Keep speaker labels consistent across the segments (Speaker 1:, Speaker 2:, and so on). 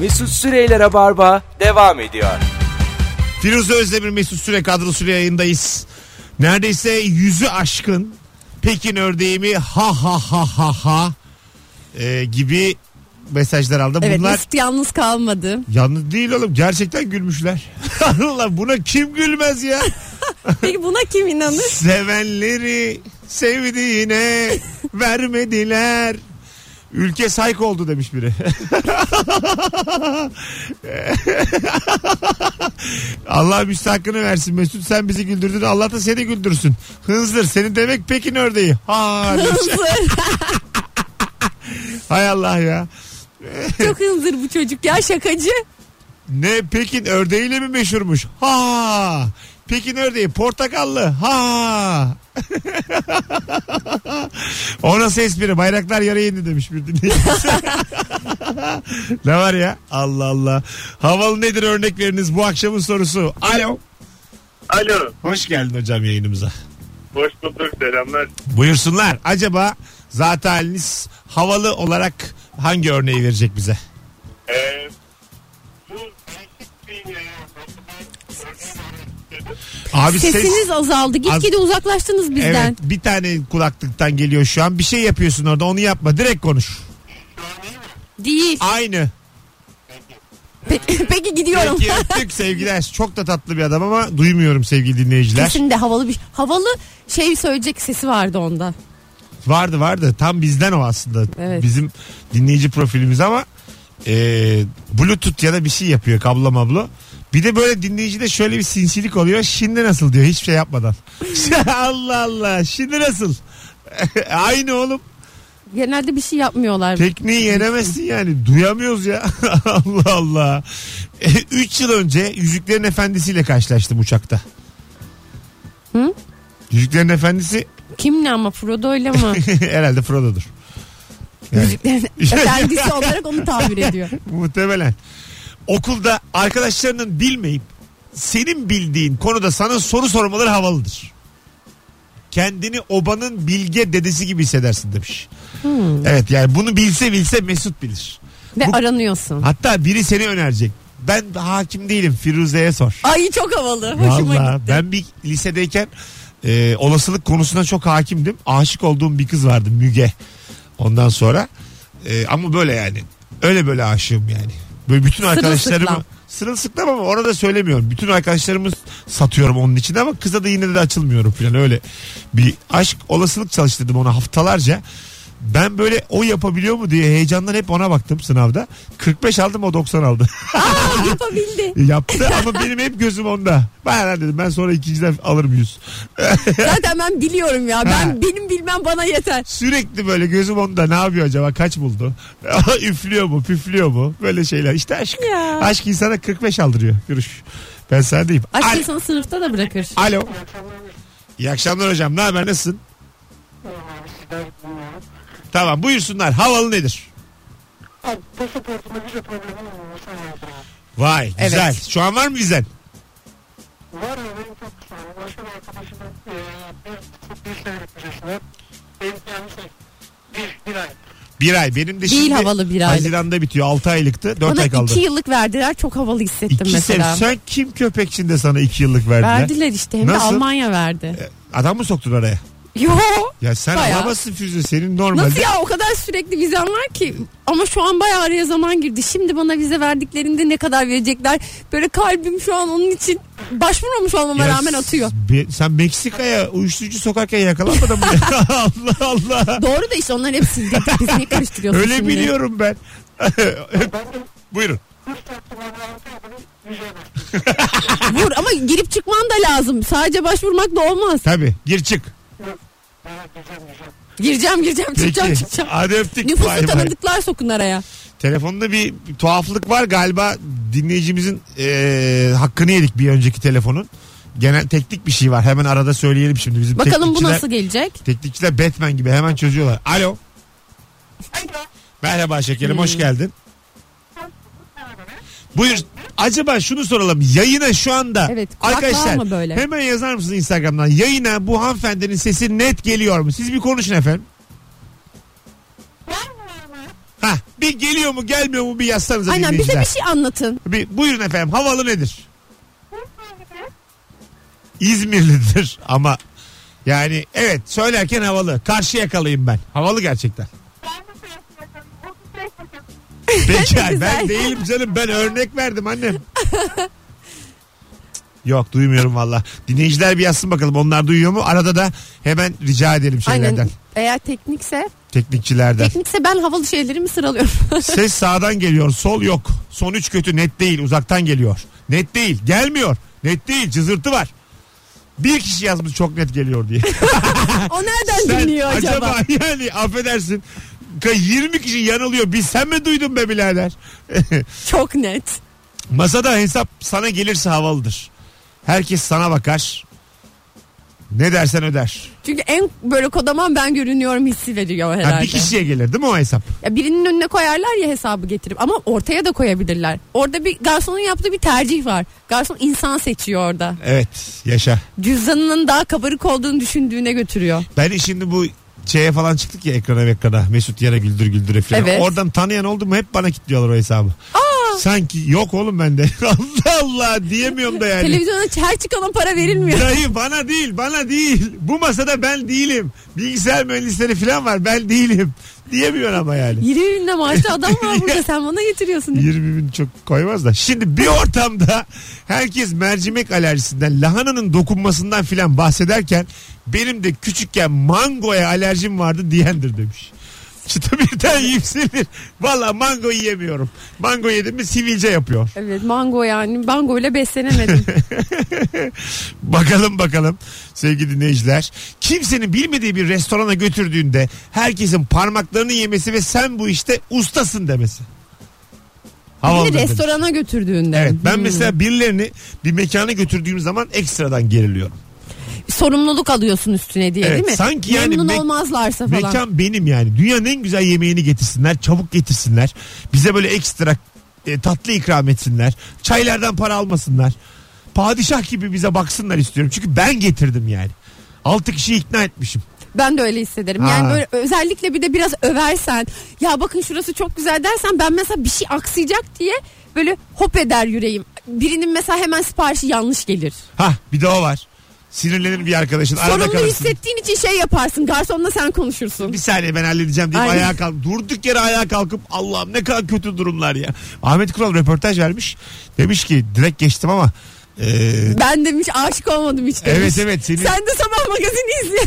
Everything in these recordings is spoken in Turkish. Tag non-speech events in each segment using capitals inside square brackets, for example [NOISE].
Speaker 1: Mesut Süreyler'e barba devam ediyor.
Speaker 2: Firuze Özdemir Mesut Süre kadrosuyla yayındayız. Neredeyse yüzü aşkın Pekin ördeğimi ha ha ha ha ha e, gibi mesajlar aldım.
Speaker 3: Evet
Speaker 2: Bunlar
Speaker 3: Mesut yalnız kalmadı.
Speaker 2: yalnız değil oğlum gerçekten gülmüşler. [LAUGHS] Allah buna kim gülmez ya?
Speaker 3: [LAUGHS] Peki buna kim inanır?
Speaker 2: Sevenleri sevdiğine vermediler. Ülke sayk oldu demiş biri. Allah müstahakkını versin Mesut sen bizi güldürdün Allah da seni güldürsün. Hınzır seni demek Pekin ördeği. Ha, demiş.
Speaker 3: Hınzır.
Speaker 2: hay Allah ya.
Speaker 3: [LAUGHS] Çok hınzır bu çocuk ya şakacı.
Speaker 2: Ne Pekin ördeğiyle mi meşhurmuş? Ha! Pekin ördeği portakallı. Ha! [LAUGHS] o nasıl espri? Bayraklar yere indi demiş bir dinleyicimiz. [LAUGHS] ne var ya? Allah Allah. Havalı nedir örnekleriniz bu akşamın sorusu? Alo.
Speaker 4: Alo.
Speaker 2: Hoş geldin hocam yayınımıza.
Speaker 4: Hoş bulduk selamlar.
Speaker 2: Buyursunlar. Acaba zaten haliniz havalı olarak hangi örneği verecek bize?
Speaker 4: Ee, bu değişik bir, e, örneği var.
Speaker 2: Abi ses...
Speaker 3: Sesiniz azaldı. Gitgide uzaklaştınız bizden.
Speaker 2: Şey- Evet bir tane kulaklıktan geliyor şu an. Bir şey yapıyorsun orada onu yapma direkt konuş.
Speaker 3: Değil.
Speaker 2: Aynı.
Speaker 3: Peki, [LAUGHS] peki gidiyorum.
Speaker 2: Peki öptük sevgiler. Çok da tatlı bir adam ama duymuyorum sevgili dinleyiciler.
Speaker 3: Kesin de havalı bir havalı şey söyleyecek sesi vardı onda.
Speaker 2: Vardı vardı tam bizden o aslında.
Speaker 3: Evet.
Speaker 2: Bizim dinleyici profilimiz ama e, bluetooth ya da bir şey yapıyor kablo mablo. Bir de böyle dinleyicide şöyle bir sinsilik oluyor. Şimdi nasıl diyor hiçbir şey yapmadan. [LAUGHS] Allah Allah şimdi nasıl? [LAUGHS] Aynı oğlum.
Speaker 3: Genelde bir şey yapmıyorlar.
Speaker 2: Tekniği yenemezsin yani. Duyamıyoruz ya. [LAUGHS] Allah Allah. 3 yıl önce Yüzüklerin Efendisi'yle karşılaştım uçakta.
Speaker 3: Hı?
Speaker 2: Yüzüklerin Efendisi [LAUGHS]
Speaker 3: Kimle ama Frodo'yla mı?
Speaker 2: herhalde Frodo'dur. Yani.
Speaker 3: Müziklerin
Speaker 2: [LAUGHS] Şey-
Speaker 3: efendisi olarak onu tabir ediyor.
Speaker 2: Muhtemelen. Okulda arkadaşlarının bilmeyip senin bildiğin konuda sana soru sormaları havalıdır. Kendini obanın bilge dedesi gibi hissedersin demiş. Evet yani bunu bilse bilse Mesut bilir.
Speaker 3: Ve
Speaker 2: Bu-
Speaker 3: aranıyorsun.
Speaker 2: Hatta biri seni önerecek. Ben hakim değilim Firuze'ye sor.
Speaker 3: Ay çok havalı. Hoşuma
Speaker 2: Valla
Speaker 3: gitti.
Speaker 2: ben bir lisedeyken e, olasılık konusuna çok hakimdim. Aşık olduğum bir kız vardı Müge. Ondan sonra e, ama böyle yani öyle böyle aşığım yani. Böyle bütün arkadaşlarımı
Speaker 3: Sırılsıklam.
Speaker 2: sırılsıklam ama ona da söylemiyorum. Bütün arkadaşlarımı satıyorum onun için ama kıza da yine de açılmıyorum falan öyle. Bir aşk olasılık çalıştırdım ona haftalarca. Ben böyle o yapabiliyor mu diye heyecandan hep ona baktım sınavda. 45 aldım o 90 aldı. [LAUGHS]
Speaker 3: Aa, yapabildi.
Speaker 2: Yaptı ama benim hep gözüm onda. Ben lan dedim ben sonra ikinciden alırım yüz.
Speaker 3: Zaten ben biliyorum ya.
Speaker 2: Ha.
Speaker 3: Ben benim bilmem bana yeter.
Speaker 2: [LAUGHS] Sürekli böyle gözüm onda ne yapıyor acaba kaç buldu? [LAUGHS] Üflüyor mu püflüyor mu? Böyle şeyler işte aşk.
Speaker 3: Ya.
Speaker 2: Aşk insana 45 aldırıyor. Görüş. Ben sana diyeyim.
Speaker 3: Aşk
Speaker 2: Al-
Speaker 3: insanı sınıfta da bırakır.
Speaker 2: Alo. İyi akşamlar hocam ne haber nasılsın? Tamam buyursunlar havalı nedir?
Speaker 5: Abi pasaportuma vize problemi olmamasına yardım.
Speaker 2: Vay
Speaker 3: Evet.
Speaker 2: güzel. Şu an var mı vizen?
Speaker 5: Var ya benim çok kısa. Başka bir arkadaşımın e, bir, bir senelik vizesine. Benim kendisi bir, bir ay.
Speaker 2: Bir ay. Benim de
Speaker 3: Değil
Speaker 2: şimdi
Speaker 3: havalı bir aylık.
Speaker 2: Haziran'da bitiyor. 6 aylıktı. 4
Speaker 3: Bana
Speaker 2: ay kaldı.
Speaker 3: iki yıllık verdiler. Çok havalı hissettim
Speaker 2: İki
Speaker 3: mesela.
Speaker 2: sene. Sen kim köpekçin de sana iki yıllık verdiler?
Speaker 3: Verdiler işte. Hem
Speaker 2: Nasıl?
Speaker 3: de Almanya verdi.
Speaker 2: Adam mı soktun araya?
Speaker 3: Yo.
Speaker 2: Ya sen
Speaker 3: Bayağı.
Speaker 2: alamazsın füze senin normalde.
Speaker 3: Nasıl ya o kadar sürekli vizem var ki ama şu an bayağı araya zaman girdi. Şimdi bana vize verdiklerinde ne kadar verecekler? Böyle kalbim şu an onun için başvurmamış olmama
Speaker 2: Ya
Speaker 3: rağmen atıyor.
Speaker 2: s- be- sen Meksika'ya uyuşturucu sokarken yakalanmadın
Speaker 3: [LAUGHS]
Speaker 2: mı? [LAUGHS] ya? Allah Allah.
Speaker 3: Doğru da işte onların hepsi sindirik. Biz niye karıştırıyorsun
Speaker 2: Öyle
Speaker 3: şimdi?
Speaker 2: biliyorum ben. [LAUGHS] Buyurun.
Speaker 5: Kurs taktım ama altı yapalım vizeye bak.
Speaker 3: Vur ama girip çıkman da lazım. Sadece başvurmak da olmaz.
Speaker 2: Tabii gir çık.
Speaker 5: Evet vizem vizem.
Speaker 3: Gireceğim gireceğim çıkacağım
Speaker 2: Peki.
Speaker 3: çıkacağım.
Speaker 2: Hadi öptük. Bay
Speaker 3: Nüfusu
Speaker 2: bay.
Speaker 3: tanıdıklar sokun araya.
Speaker 2: Telefonda bir tuhaflık var galiba dinleyicimizin eee, hakkını yedik bir önceki telefonun. Genel teknik bir şey var hemen arada söyleyelim şimdi. Bizim
Speaker 3: Bakalım bu
Speaker 2: teknikçiler-
Speaker 3: nasıl gelecek?
Speaker 2: Teknikçiler Batman gibi hemen çözüyorlar. Alo.
Speaker 5: Alo.
Speaker 2: Merhaba şekerim hoş geldin. Buyur. Acaba şunu soralım. Yayına şu anda
Speaker 3: Evet, kulaklığa
Speaker 2: arkadaşlar
Speaker 3: mı böyle?
Speaker 2: hemen yazar mısınız Instagram'dan? Yayına bu hanımefendinin sesi net geliyor mu? Siz bir konuşun efendim.
Speaker 5: Ben mi?
Speaker 2: Ha Bir geliyor mu gelmiyor mu bir yazsanıza
Speaker 3: Aynen bize
Speaker 2: dinleyiciler.
Speaker 3: bir şey anlatın.
Speaker 2: Bir- buyurun efendim havalı nedir? İzmirlidir ama yani evet söylerken havalı. Karşı yakalayayım ben. Havalı
Speaker 3: [LAUGHS]
Speaker 2: gerçekten. Peki
Speaker 3: güzel.
Speaker 2: ben değilim canım ben örnek verdim annem. Yok duymuyorum valla. Dinleyiciler bir yazsın bakalım onlar duyuyor mu? Arada da hemen rica edelim şeylerden.
Speaker 3: Aynen. Eğer teknikse,
Speaker 2: Teknikçilerden.
Speaker 3: teknikse ben havalı
Speaker 2: [LAUGHS]
Speaker 3: şeylerimi sıralıyorum.
Speaker 2: Ses sağdan geliyor. Sol yok. Son üç kötü. Net değil. Uzaktan geliyor. Net değil. Gelmiyor. Net değil. Cızırtı var. Bir kişi yazmış çok net geliyor diye.
Speaker 3: o nereden dinliyor acaba?
Speaker 2: yani affedersin. ka- 20 kişi yanılıyor. Bir sen mi duydun be birader? [LAUGHS]
Speaker 3: Çok net.
Speaker 2: Masada hesap sana gelirse havalıdır. Herkes sana bakar. Ne dersen öder.
Speaker 3: Çünkü en böyle kodaman ben görünüyorum hissi veriyor herhalde.
Speaker 2: Ha, bir kişiye gelir değil mi o hesap?
Speaker 3: Ya birinin önüne koyarlar ya hesabı getirip ama ortaya da koyabilirler. Orada bir garsonun yaptığı bir tercih var. Garson insan seçiyor orada.
Speaker 2: Evet yaşa.
Speaker 3: Cüzdanının daha kabarık olduğunu düşündüğüne götürüyor.
Speaker 2: Ben şimdi bu şeye falan çıktık ya ekrana ekrana Mesut Yara Güldür Güldür falan.
Speaker 3: Evet. Ah.
Speaker 2: Oradan tanıyan oldu mu hep bana kilitliyorlar o hesabı. Sanki yok oğlum bende. [LAUGHS] Allah Allah diyemiyorum da yani.
Speaker 3: Televizyona her çıkana para verilmiyor.
Speaker 2: Dayı bana değil bana değil. Bu masada ben değilim. Bilgisayar mühendisleri falan var ben değilim. Diyemiyor ama yani.
Speaker 3: 20 bin de maaşlı adam
Speaker 2: [LAUGHS]
Speaker 3: var burada sen bana getiriyorsun.
Speaker 2: 20 bin çok koymaz da. Şimdi bir ortamda herkes mercimek alerjisinden, lahananın dokunmasından filan bahsederken benim de küçükken mangoya alerjim vardı diyendir demiş. Çıta birden
Speaker 3: [LAUGHS]
Speaker 2: yükselir. Valla mango yiyemiyorum. Mango yedim mi sivilce yapıyor.
Speaker 3: Evet mango yani mango ile beslenemedim.
Speaker 2: Bakalım bakalım sevgili dinleyiciler. Kimsenin bilmediği bir restorana götürdüğünde herkesin parmaklarını yemesi ve sen bu işte ustasın demesi.
Speaker 3: Bir
Speaker 2: Havalıdır
Speaker 3: de
Speaker 2: demiş.
Speaker 3: restorana götürdüğünde.
Speaker 2: Evet ben
Speaker 3: Hmm.
Speaker 2: mesela birilerini bir mekana götürdüğüm zaman ekstradan geriliyorum.
Speaker 3: Sorumluluk alıyorsun üstüne diye
Speaker 2: Evet,
Speaker 3: değil mi?
Speaker 2: sanki yani
Speaker 3: Memnun
Speaker 2: me-
Speaker 3: olmazlarsa falan.
Speaker 2: Mekan benim yani. Dünyanın en güzel yemeğini getirsinler, çabuk getirsinler. Bize böyle ekstra e, tatlı ikram etsinler. Çaylardan para almasınlar. Padişah gibi bize baksınlar istiyorum. Çünkü ben getirdim yani. 6 kişiyi ikna etmişim.
Speaker 3: Ben de öyle hissederim.
Speaker 2: Ha.
Speaker 3: Yani böyle özellikle bir de biraz översen ya bakın şurası çok güzel dersen ben mesela bir şey aksayacak diye böyle hop eder yüreğim. Birinin mesela hemen siparişi yanlış gelir.
Speaker 2: Ha bir de o var. Sinirlenir bir arkadaşın. Arada
Speaker 3: Sorumlu
Speaker 2: kalırsın.
Speaker 3: hissettiğin için şey yaparsın. Garsonla sen konuşursun.
Speaker 2: Bir saniye ben halledeceğim deyip
Speaker 3: Aynen.
Speaker 2: ayağa kalk. Durduk yere ayağa kalkıp Allah'ım ne kadar kötü durumlar ya. Ahmet Kural röportaj vermiş. Demiş ki direkt geçtim ama e,
Speaker 3: Ben demiş aşık olmadım hiç demiş.
Speaker 2: Evet evet seni
Speaker 3: Sen de sabah magazini izleyen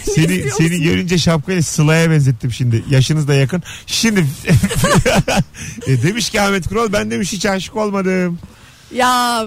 Speaker 2: seni
Speaker 3: seni,
Speaker 2: seni görünce şapkayla Sıla'ya benzettim şimdi. Yaşınız da yakın. Şimdi [LAUGHS] E, demiş ki Ahmet Kural ben demiş hiç aşık olmadım.
Speaker 3: Ya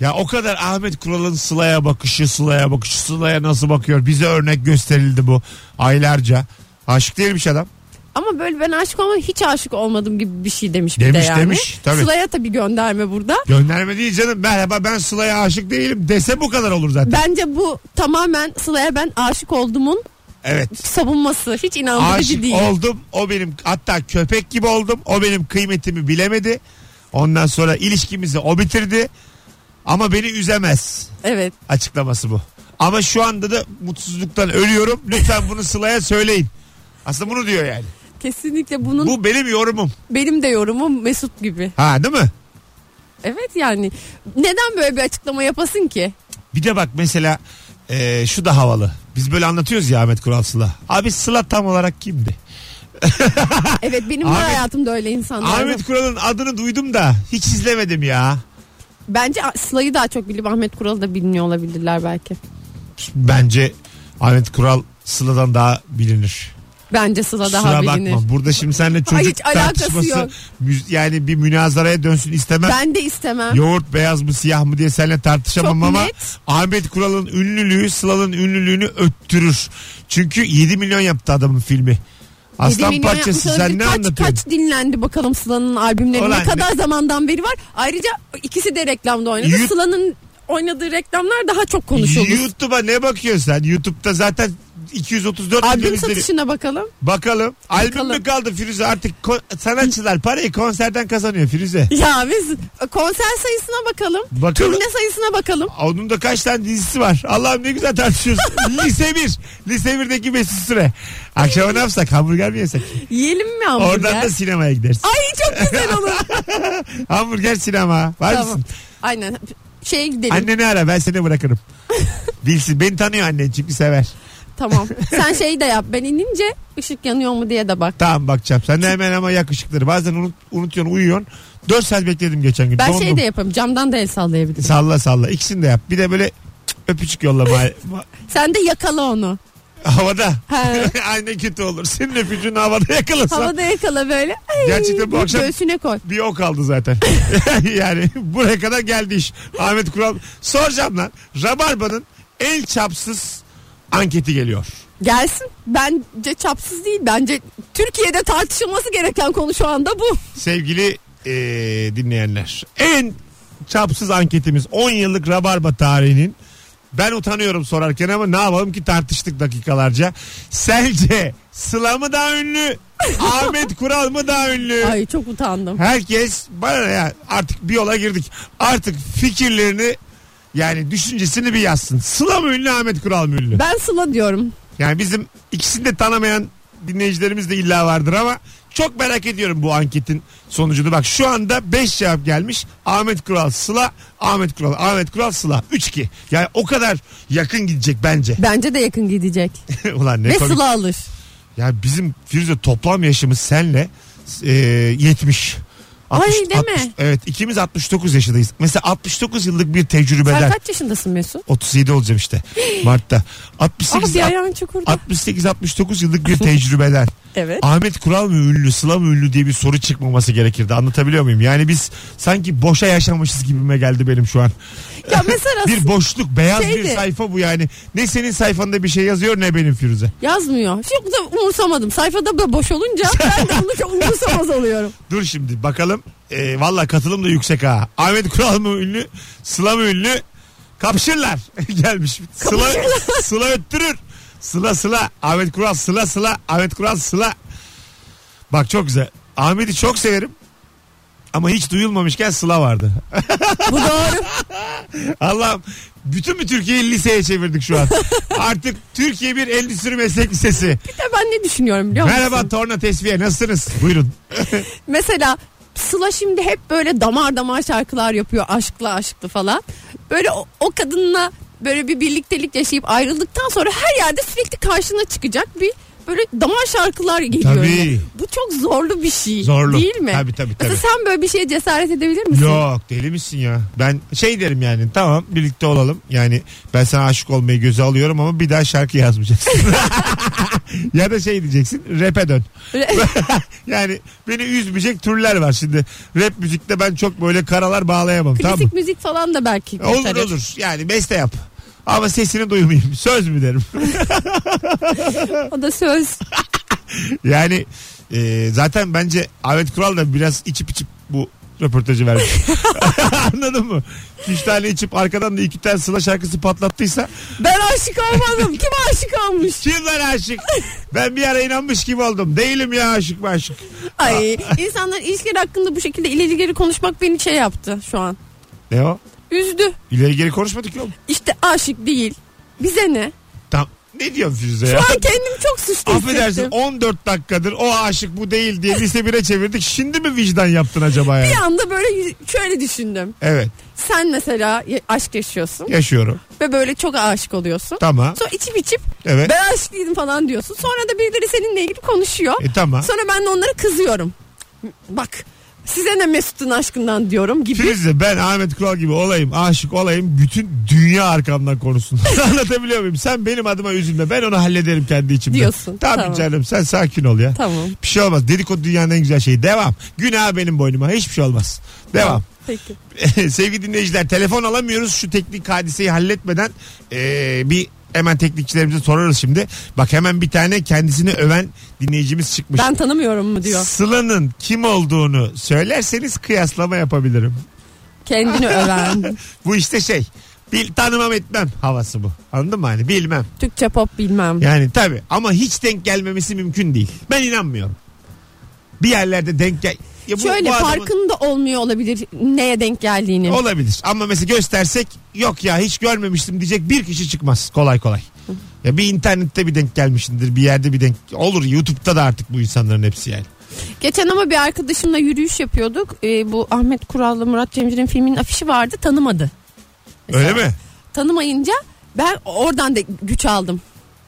Speaker 2: Ya o kadar Ahmet Kural'ın Sıla'ya bakışı, Sıla'ya bakışı, Sıla'ya nasıl bakıyor? Bize örnek gösterildi bu aylarca. Aşık değilmiş adam.
Speaker 3: ama böyle ben aşık olmadım hiç aşık olmadım gibi bir şey demiş, bir de
Speaker 2: Demiş,
Speaker 3: yani.
Speaker 2: demiş, tabii.
Speaker 3: Sıla'ya tabii gönderme burada.
Speaker 2: Gönderme değil canım. Merhaba ben Sıla'ya aşık değilim dese bu kadar olur zaten.
Speaker 3: Bence bu tamamen Sıla'ya ben aşık oldumun
Speaker 2: Evet.
Speaker 3: savunması hiç inandırıcı
Speaker 2: Aşık
Speaker 3: değil.
Speaker 2: oldum. O benim hatta köpek gibi oldum. O benim kıymetimi bilemedi. Ondan sonra ilişkimizi o bitirdi. Ama beni üzemez.
Speaker 3: Evet.
Speaker 2: Açıklaması bu. Ama şu anda da mutsuzluktan ölüyorum. Lütfen bunu Sıla'ya söyleyin. Aslında bunu diyor yani.
Speaker 3: Kesinlikle bunun
Speaker 2: Bu benim yorumum.
Speaker 3: benim de yorumum Mesut gibi.
Speaker 2: Ha değil mi?
Speaker 3: Evet yani neden böyle bir açıklama yapasın ki?
Speaker 2: Bir de bak mesela e, şu da havalı. Biz böyle anlatıyoruz ya Ahmet Kural Sıla. Abi Sıla tam olarak kimdi?
Speaker 3: Evet benim de
Speaker 2: Ahmet-
Speaker 3: hayatımda öyle insanlar. var.
Speaker 2: Ahmet Kural'ın adını duydum da hiç izlemedim ya.
Speaker 3: Bence Sıla'yı daha çok bilip Ahmet Kural'ı da bilmiyor olabilirler belki.
Speaker 2: Bence Ahmet Kural Sıla'dan daha bilinir.
Speaker 3: Bence Sıla daha
Speaker 2: Kusura
Speaker 3: bilinir.
Speaker 2: bakma. Burada şimdi seninle çocuk
Speaker 3: hiç alakası
Speaker 2: tartışması
Speaker 3: yok.
Speaker 2: müz- yani bir münazaraya dönsün istemem.
Speaker 3: Ben de istemem.
Speaker 2: Yoğurt beyaz mı siyah mı diye seninle tartışamam
Speaker 3: Çok
Speaker 2: ama
Speaker 3: net.
Speaker 2: Ahmet Kural'ın ünlülüğü Sıla'nın ünlülüğünü öttürür. Çünkü 7 milyon yaptı adamın filmi.
Speaker 3: Yedi
Speaker 2: Aslan
Speaker 3: milyon
Speaker 2: parçası
Speaker 3: yapmış
Speaker 2: sen
Speaker 3: olabilir.
Speaker 2: ne
Speaker 3: kaç,
Speaker 2: anlatıyorsun?
Speaker 3: Kaç dinlendi bakalım Sıla'nın albümleri
Speaker 2: Ulan
Speaker 3: ne kadar zamandan beri var. Ayrıca ikisi de reklamda oynadı.
Speaker 2: Yut-
Speaker 3: Sıla'nın oynadığı reklamlar daha çok konuşuldu.
Speaker 2: YouTube'a ne bakıyorsun sen? YouTube'da zaten 234 milyon
Speaker 3: Albüm
Speaker 2: izledi.
Speaker 3: satışına bakalım.
Speaker 2: Bakalım. Albüm
Speaker 3: Bakalım.
Speaker 2: mü kaldı Firuze? Artık ko- sanatçılar parayı konserden kazanıyor Firuze.
Speaker 3: Ya biz konser sayısına bakalım.
Speaker 2: Bakalım.
Speaker 3: Turne sayısına bakalım.
Speaker 2: Onun da kaç tane dizisi var? Allah'ım ne güzel
Speaker 3: [LAUGHS]
Speaker 2: tartışıyoruz. Lise 1. Lise 1'deki Mesut Süre. Akşama ne yapsak? Hamburger mi yesek?
Speaker 3: Yiyelim mi hamburger?
Speaker 2: Oradan da sinemaya gideriz.
Speaker 3: Ay çok güzel
Speaker 2: [LAUGHS]
Speaker 3: olur.
Speaker 2: Hamburger sinema. Var
Speaker 3: tamam.
Speaker 2: mısın?
Speaker 3: Aynen. Şeye gidelim.
Speaker 2: Anneni ara ben seni
Speaker 3: [LAUGHS]
Speaker 2: bırakırım. Bilsin beni tanıyor annen çünkü sever.
Speaker 3: Tamam. Sen şeyi de yap. Ben inince ışık yanıyor mu diye de bak.
Speaker 2: Tamam bakacağım. Sen de hemen ama yak ışıkları. Bazen unut, unutuyorsun uyuyorsun. 4 saat bekledim geçen gün.
Speaker 3: Ben
Speaker 2: Dondum.
Speaker 3: şey de yaparım. Camdan da el sallayabilirim.
Speaker 2: Salla salla. İkisini de yap. Bir de böyle cık, öpücük yolla. ma-
Speaker 3: [LAUGHS]
Speaker 2: ma-
Speaker 3: Sen de yakala onu.
Speaker 2: havada. [LAUGHS]
Speaker 3: He.
Speaker 2: Aynı kötü olur. Senin öpücüğünü havada yakalasam.
Speaker 3: Havada yakala böyle. Ay,
Speaker 2: Gerçekten bu
Speaker 3: bir
Speaker 2: akşam-
Speaker 3: Göğsüne koy.
Speaker 2: Bir o kaldı zaten. [LAUGHS] yani buraya kadar geldi iş. Ahmet Kural. Soracağım lan. Rabarba'nın el çapsız anketi geliyor.
Speaker 3: Gelsin. Bence çapsız değil. Bence Türkiye'de tartışılması gereken konu şu anda bu.
Speaker 2: Sevgili e, dinleyenler. En çapsız anketimiz 10 yıllık Rabarba tarihinin. Ben utanıyorum sorarken ama ne yapalım ki tartıştık dakikalarca. Sence Sıla mı daha ünlü? Ahmet Kural mı daha ünlü?
Speaker 3: Ay çok utandım.
Speaker 2: Herkes bana ne ya artık bir yola girdik. Artık fikirlerini yani düşüncesini bir yazsın. Sıla mı ünlü Ahmet Kural mı ünlü?
Speaker 3: Ben Sıla diyorum.
Speaker 2: Yani bizim ikisini de tanımayan dinleyicilerimiz de illa vardır ama çok merak ediyorum bu anketin sonucunu. Bak şu anda 5 cevap gelmiş. Ahmet Kural Sıla, Ahmet Kural, Ahmet Kural Sıla. 3-2. Yani o kadar yakın gidecek bence. [LAUGHS]
Speaker 3: Bence de yakın gidecek.
Speaker 2: Ulan ne
Speaker 3: Ve
Speaker 2: komik.
Speaker 3: Sıla alır.
Speaker 2: Ya bizim Firuze toplam yaşımız senle e, 70.
Speaker 3: Ay, deme.
Speaker 2: evet ikimiz 69 yaşındayız. Mesela 69 yıllık bir tecrübeden.
Speaker 3: Sen kaç yaşındasın Mesut?
Speaker 2: 37 olacağım
Speaker 3: [GASPS]
Speaker 2: işte Mart'ta.
Speaker 3: Ah
Speaker 2: 68
Speaker 3: bir ayağın çukurda.
Speaker 2: 68-69 yıllık
Speaker 3: [LAUGHS]
Speaker 2: bir tecrübeden.
Speaker 3: Evet.
Speaker 2: Ahmet Kural mı ünlü, Sıla mı ünlü diye bir soru çıkmaması gerekirdi. Anlatabiliyor muyum? Yani biz sanki boşa yaşamışız gibime geldi benim şu an.
Speaker 3: Ya
Speaker 2: [LAUGHS]
Speaker 3: mesela
Speaker 2: Bir boşluk, beyaz bir
Speaker 3: Şeydi.
Speaker 2: sayfa bu yani. Ne senin sayfanda bir şey yazıyor ne benim Firuze.
Speaker 3: yazmıyor. Çok da umursamadım. Sayfada da boş olunca ben de onu [LAUGHS]
Speaker 2: [LAUGHS]
Speaker 3: çok umursamaz oluyorum.
Speaker 2: Dur şimdi bakalım. Ee, Valla katılım da yüksek ha. Ahmet Kural mı ünlü? Sıla mı ünlü? Kapışırlar. [LAUGHS] Gelmiş. Sıla, sıla öttürür. Sıla sıla. Ahmet Kural sıla sıla. Ahmet Kural sıla. Bak çok güzel. Ahmet'i çok severim. Ama hiç duyulmamışken Sıla vardı. [LAUGHS]
Speaker 3: Bu doğru.
Speaker 2: Allah'ım bütün bir Türkiye'yi liseye çevirdik şu an. Artık Türkiye bir endüstri meslek lisesi.
Speaker 3: Bir de ben ne düşünüyorum biliyor musun?
Speaker 2: Merhaba Torna Tesviye nasılsınız? Buyurun.
Speaker 3: Mesela Sıla şimdi hep böyle damar damar şarkılar yapıyor aşkla aşklı falan. Böyle o, o kadınla böyle bir birliktelik yaşayıp ayrıldıktan sonra her yerde sürekli karşına çıkacak bir böyle damar şarkılar geliyor.
Speaker 2: Tabii.
Speaker 3: Yani. Bu çok zorlu bir şey
Speaker 2: Zorlu.
Speaker 3: değil mi?
Speaker 2: Tabii, tabii,
Speaker 3: Mesela sen böyle bir şeye cesaret edebilir misin?
Speaker 2: Yok deli misin ya? Ben şey derim yani tamam birlikte olalım. Yani ben sana aşık olmayı göze alıyorum ama bir daha şarkı yazmayacaksın. [LAUGHS] ya da şey diyeceksin rap'e dön. [LAUGHS]
Speaker 3: Öyle-
Speaker 2: yani beni üzmeyecek türler var şimdi. Rap müzikte ben çok böyle karalar bağlayamam tamam mı?
Speaker 3: [LAUGHS] Klasik müzik falan da belki.
Speaker 2: Olur
Speaker 3: kurtarır.
Speaker 2: olur yani beste yap. Ama sesini duymayayım. Söz mü derim?
Speaker 3: O da söz.
Speaker 2: Yani e, zaten bence Ahmet Kural da biraz içip içip bu röportajı
Speaker 3: [LAUGHS]
Speaker 2: vermiş. [LAUGHS] Anladın mı? Üç tane içip arkadan da iki tane sıla şarkısı patlattıysa
Speaker 3: Ben aşık olmadım. Kim aşık olmuş?
Speaker 2: kim lan aşık? Ben bir ara inanmış gibi oldum. Değilim ya aşık maşık.
Speaker 3: Ay
Speaker 2: [LAUGHS]
Speaker 3: insanlar ilişkiler hakkında bu şekilde ileri geri konuşmak beni şey yaptı şu an.
Speaker 2: Ne o?
Speaker 3: Üzdü.
Speaker 2: İleri geri konuşmadık ya oğlum.
Speaker 3: İşte aşık değil. Bize ne?
Speaker 2: Tam ne diyorsun Firuze ya?
Speaker 3: Şu an kendimi çok
Speaker 2: [LAUGHS]
Speaker 3: suçlu
Speaker 2: Affedersin
Speaker 3: hissettim.
Speaker 2: 14 dakikadır o aşık bu değil diye lise 1'e çevirdik. Şimdi mi vicdan yaptın acaba
Speaker 3: Bir
Speaker 2: ya?
Speaker 3: anda böyle yüz- şöyle düşündüm.
Speaker 2: Evet
Speaker 3: Sen mesela ya- aşk yaşıyorsun
Speaker 2: yaşıyorum.
Speaker 3: ve böyle çok aşık oluyorsun.
Speaker 2: Tamam.
Speaker 3: Sonra içip içip
Speaker 2: Evet.
Speaker 3: ben aşık değilim falan diyorsun. Sonra da birileri seninle ilgili konuşuyor.
Speaker 2: E tamam.
Speaker 3: Sonra ben de onlara kızıyorum. Bak size ne Mesut'un aşkından diyorum gibi.
Speaker 2: Firuze ben Ahmet Kural gibi olayım aşık olayım bütün dünya arkamdan konuşsun. [LAUGHS] Anlatabiliyor muyum? Sen benim adıma üzülme ben onu hallederim kendi içimde.
Speaker 3: Diyorsun,
Speaker 2: Tabii
Speaker 3: tamam.
Speaker 2: canım sen sakin ol ya.
Speaker 3: Tamam.
Speaker 2: Bir şey olmaz dedikodu dünyanın en güzel şeyi devam. Günah benim boynuma hiçbir şey olmaz. Devam.
Speaker 3: Peki.
Speaker 2: [LAUGHS] Sevgili dinleyiciler telefon alamıyoruz şu teknik hadiseyi halletmeden eee, bir hemen teknikçilerimize sorarız şimdi. Bak hemen bir tane kendisini öven dinleyicimiz çıkmış.
Speaker 3: Ben tanımıyorum mu
Speaker 2: Şey-
Speaker 3: diyor.
Speaker 2: Sıla'nın kim olduğunu söylerseniz kıyaslama yapabilirim. [LAUGHS]
Speaker 3: Kendini öven.
Speaker 2: Bu işte şey Bil, tanımam etmem havası bu. Anladın mı hani? Bilmem.
Speaker 3: Türkçe pop bilmem.
Speaker 2: Yani tabii ama hiç denk gelmemesi mümkün değil. Ben inanmıyorum. Bir yerlerde denk gel... Ya bu-
Speaker 3: Şöyle
Speaker 2: bu adamın-
Speaker 3: farkında olmuyor olabilir neye denk geldiğini.
Speaker 2: Olabilir ama mesela göstersek yok ya hiç görmemiştim diyecek bir kişi çıkmaz kolay kolay. Ya bir internette bir denk gelmişindir bir yerde bir denk olur YouTube'da da artık bu insanların hepsi yani.
Speaker 3: Geçen ama bir arkadaşımla yürüyüş yapıyorduk. Ee, bu Ahmet Kural'la Murat Cemcir'in filminin afişi vardı tanımadı. Mesela.
Speaker 2: Öyle mi?
Speaker 3: Tanımayınca ben oradan da güç aldım.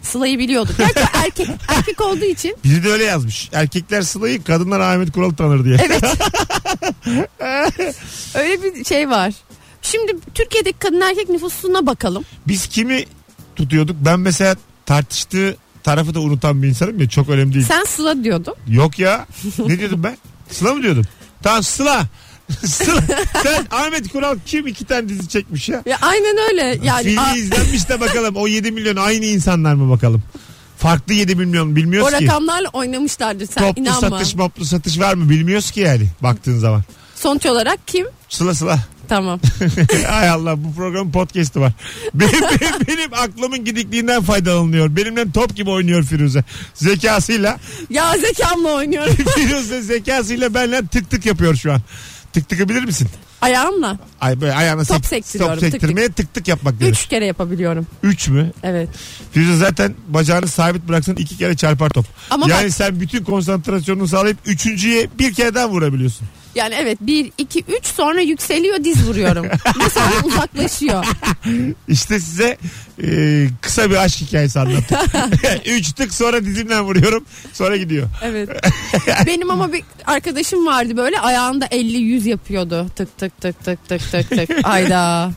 Speaker 3: Sıla'yı
Speaker 2: [LAUGHS]
Speaker 3: biliyorduk. Gerçi o erkek, erkek olduğu için
Speaker 2: Biri de öyle yazmış. Erkekler Sıla'yı kadınlar Ahmet Kural tanır diye.
Speaker 3: öyle bir şey var. Şimdi Türkiye'deki kadın erkek nüfusuna bakalım.
Speaker 2: Biz kimi tutuyorduk? Ben mesela tartıştığı tarafı da unutan bir insanım ya çok önemli değil.
Speaker 3: Sen Sıla diyordun.
Speaker 2: Yok ya. Ne diyordum ben? Sıla mı diyordum? Tamam Sıla. [LAUGHS] Sıla. Sen Ahmet Kural kim iki tane dizi çekmiş ya?
Speaker 3: Ya aynen öyle. Yani
Speaker 2: Filmi
Speaker 3: a-
Speaker 2: izlenmiş de bakalım o 7 milyon aynı insanlar mı bakalım? Farklı 7 milyon
Speaker 3: o
Speaker 2: bilmiyoruz ki.
Speaker 3: rakamlarla oynamışlardır sen
Speaker 2: Toplu
Speaker 3: inanma.
Speaker 2: satış moplu satış var mı bilmiyoruz ki yani baktığın zaman.
Speaker 3: Sonuç olarak kim?
Speaker 2: Sıla sıla. [LAUGHS]
Speaker 3: Tamam.
Speaker 2: Ay Allah bu programın podcast'i var. [LAUGHS] Benim, benim, benim aklımın gidikliğinden faydalanıyor. Benimle top gibi oynuyor Firuze. Zekasıyla. [LAUGHS]
Speaker 3: ya zekamla oynuyorum.
Speaker 2: Firuze zekasıyla benle tık tık yapıyor şu an. Tık tıkı bilir misin?
Speaker 3: Ayağımla.
Speaker 2: Ay böyle ayağına
Speaker 3: Top
Speaker 2: sek-
Speaker 3: sektiriyorum,
Speaker 2: top
Speaker 3: tık tık.
Speaker 2: sektirmeye tık tık, yapmak denir.
Speaker 3: Üç kere yapabiliyorum.
Speaker 2: 3 mü?
Speaker 3: Evet.
Speaker 2: Firuze zaten bacağını sabit bıraksan iki kere çarpar top.
Speaker 3: Ama
Speaker 2: yani
Speaker 3: bak-
Speaker 2: sen bütün konsantrasyonunu sağlayıp üçüncüye bir kere daha vurabiliyorsun.
Speaker 3: Yani evet bir, iki, üç sonra yükseliyor
Speaker 2: [LAUGHS]
Speaker 3: diz vuruyorum. Bu sonra uzaklaşıyor.
Speaker 2: İşte size e, kısa bir aşk hikayesi
Speaker 3: [LAUGHS]
Speaker 2: anlattım. [LAUGHS] Üç tık sonra dizimden vuruyorum sonra gidiyor.
Speaker 3: Evet. Benim ama bir arkadaşım vardı böyle ayağında 50-100 yapıyordu. Tık tık tık tık tık tık tık. Ayda.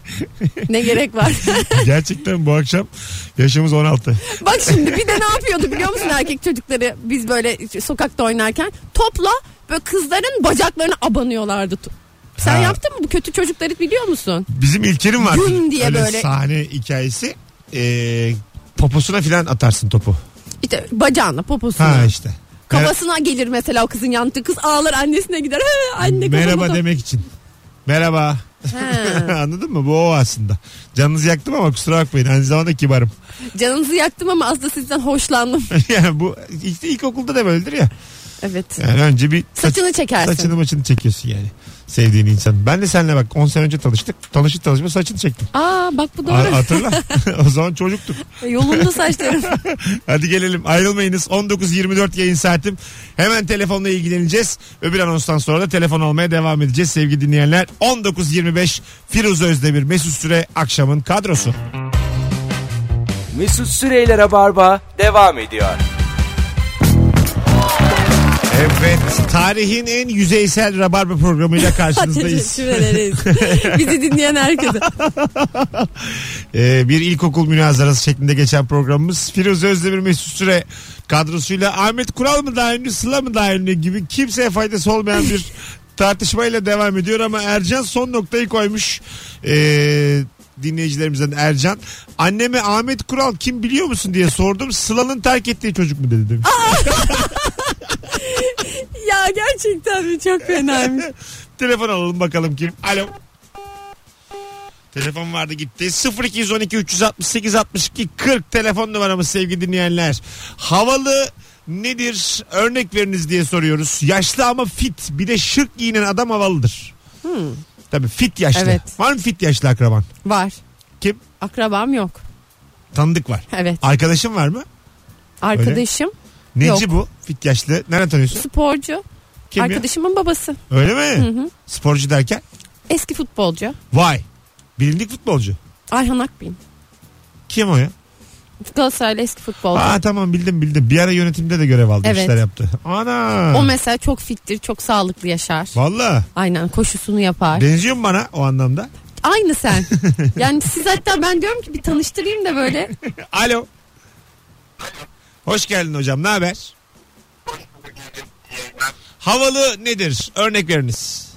Speaker 3: Ne gerek var? [LAUGHS]
Speaker 2: [LAUGHS] Gerçekten bu akşam yaşımız 16.
Speaker 3: Bak şimdi bir de ne yapıyordu biliyor musun erkek çocukları biz böyle sokakta oynarken topla böyle kızların bacaklarına abanıyorlardı. Sen
Speaker 2: Ha.
Speaker 3: yaptın mı bu kötü çocukları biliyor musun?
Speaker 2: Bizim İlker'in var.
Speaker 3: Güm diye
Speaker 2: Öyle
Speaker 3: böyle.
Speaker 2: sahne hikayesi. E, poposuna filan atarsın topu.
Speaker 3: İşte bacağına poposuna.
Speaker 2: Ha işte.
Speaker 3: Kafasına gelir mesela o kızın yantığı kız ağlar annesine gider. "He, anne kafamı
Speaker 2: Merhaba
Speaker 3: da-"
Speaker 2: demek için. Merhaba. [LAUGHS]
Speaker 3: He.
Speaker 2: Anladın mı? Bu o aslında. Canınızı yaktım ama kusura bakmayın. Aynı zamanda kibarım. [LAUGHS]
Speaker 3: Canınızı yaktım ama aslında sizden hoşlandım.
Speaker 2: yani bu ilk, ilkokulda da böyledir ya.
Speaker 3: Evet.
Speaker 2: Yani önce bir saç-
Speaker 3: Saçını çekersin.
Speaker 2: saçını maçını çekiyorsun yani. Sevdiğin insan. Ben de seninle bak 10 sene önce tanıştık. Tanışır tanışma saçını çektim.
Speaker 3: Aa bak bu doğru.
Speaker 2: A-
Speaker 3: [LAUGHS]
Speaker 2: hatırla. [LAUGHS] o zaman çocuktuk.
Speaker 3: Yolunda saçlarım.
Speaker 2: Hadi gelelim ayrılmayınız. 19.24 yayın saatim. Hemen telefonla ilgileneceğiz. Öbür anonstan sonra da telefon almaya devam edeceğiz sevgili dinleyenler. 19.25 Firuze Özdemir Mesut Süre akşamın kadrosu.
Speaker 1: Mesut Süreyler'e barba devam ediyor.
Speaker 2: Evet tarihin en yüzeysel rabarba programıyla karşınızdayız.
Speaker 3: Teşekkür ederiz. Bizi dinleyen herkese.
Speaker 2: Ee, bir ilkokul münazarası şeklinde geçen programımız Firuze Özdemir Mesut Süre kadrosuyla Ahmet Kural mı daha ünlü Sıla mı daha ünlü gibi kimseye faydası olmayan bir tartışmayla devam ediyor ama Ercan son noktayı koymuş Ee, dinleyicilerimizden Ercan anneme Ahmet Kural kim biliyor musun diye sordum Sıla'nın terk ettiği çocuk mu dedi demiş.
Speaker 3: Ya gerçekten mi çok fenaymış.
Speaker 2: Telefon alalım bakalım kim. Alo. Telefon vardı gitti. 0212 368 62 40 telefon numaramız sevgili dinleyenler. Havalı nedir? Örnek veriniz diye soruyoruz. Yaşlı ama fit. Bir de şık giyinen adam havalıdır. Tabii fit yaşlı.
Speaker 3: Hmm. Evet.
Speaker 2: Var mı fit yaşlı akraban?
Speaker 3: Var.
Speaker 2: Kim?
Speaker 3: Akrabam yok.
Speaker 2: Tanıdık var.
Speaker 3: Evet.
Speaker 2: Arkadaşın var mı?
Speaker 3: Arkadaşım
Speaker 2: Neci bu? Fit yaşlı. Nereden tanıyorsun?
Speaker 3: sporcu.
Speaker 2: Kim ya?
Speaker 3: Arkadaşımın babası.
Speaker 2: Öyle mi? Sporcu derken?
Speaker 3: Eski futbolcu.
Speaker 2: Vay. Bilindik futbolcu.
Speaker 3: Ayhan Akbin.
Speaker 2: Kim o ya?
Speaker 3: Galatasaraylı eski futbolcu.
Speaker 2: Aa tamam bildim bildim. Bir ara yönetimde de görev aldı.
Speaker 3: Evet.
Speaker 2: işler yaptı. [LAUGHS] Ana.
Speaker 3: O mesela çok fittir, çok sağlıklı yaşar.
Speaker 2: Valla.
Speaker 3: Aynen koşusunu yapar.
Speaker 2: Benziyor mu bana o anlamda?
Speaker 3: Aynı sen. yani siz hatta ben diyorum ki bir tanıştırayım da böyle.
Speaker 2: Alo. Hoş geldin hocam. Ne haber? Havalı nedir? Örnek veriniz.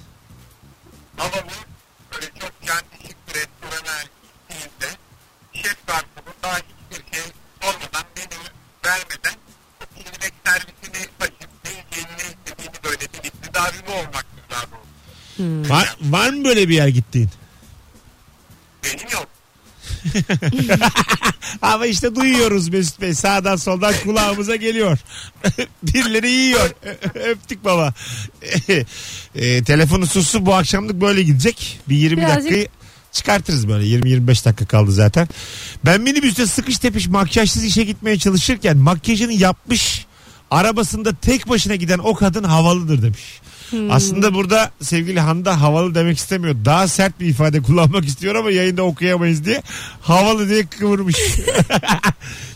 Speaker 5: Ama bu böyle çok kendi şık bir restorana gittiğinde şef garson daha hiçbir şey olmadan menü vermeden yemek servisini açıp ne yiyeceğini ne istediğini böyle bir iktidarlı olmak güzel bu.
Speaker 3: Hmm.
Speaker 2: Var, var mı böyle bir yer gittiğin?
Speaker 5: Benim yok.
Speaker 2: Ama işte duyuyoruz Mesut Bey sağdan soldan kulağımıza geliyor. [LAUGHS] Birileri yiyor. [LAUGHS] Öptük baba. [LAUGHS] e, telefonu sussun bu akşamlık böyle gidecek. Bir 20
Speaker 3: Birazcık-
Speaker 2: dakikayı çıkartırız böyle 20-25 dakika kaldı zaten. Ben minibüste sıkış tepiş makyajsız işe gitmeye çalışırken makyajını yapmış arabasında tek başına giden o kadın havalıdır demiş. Aslında burada sevgili Handa havalı demek istemiyor. Daha sert bir ifade kullanmak istiyor ama yayında okuyamayız diye havalı diye kıvırmış.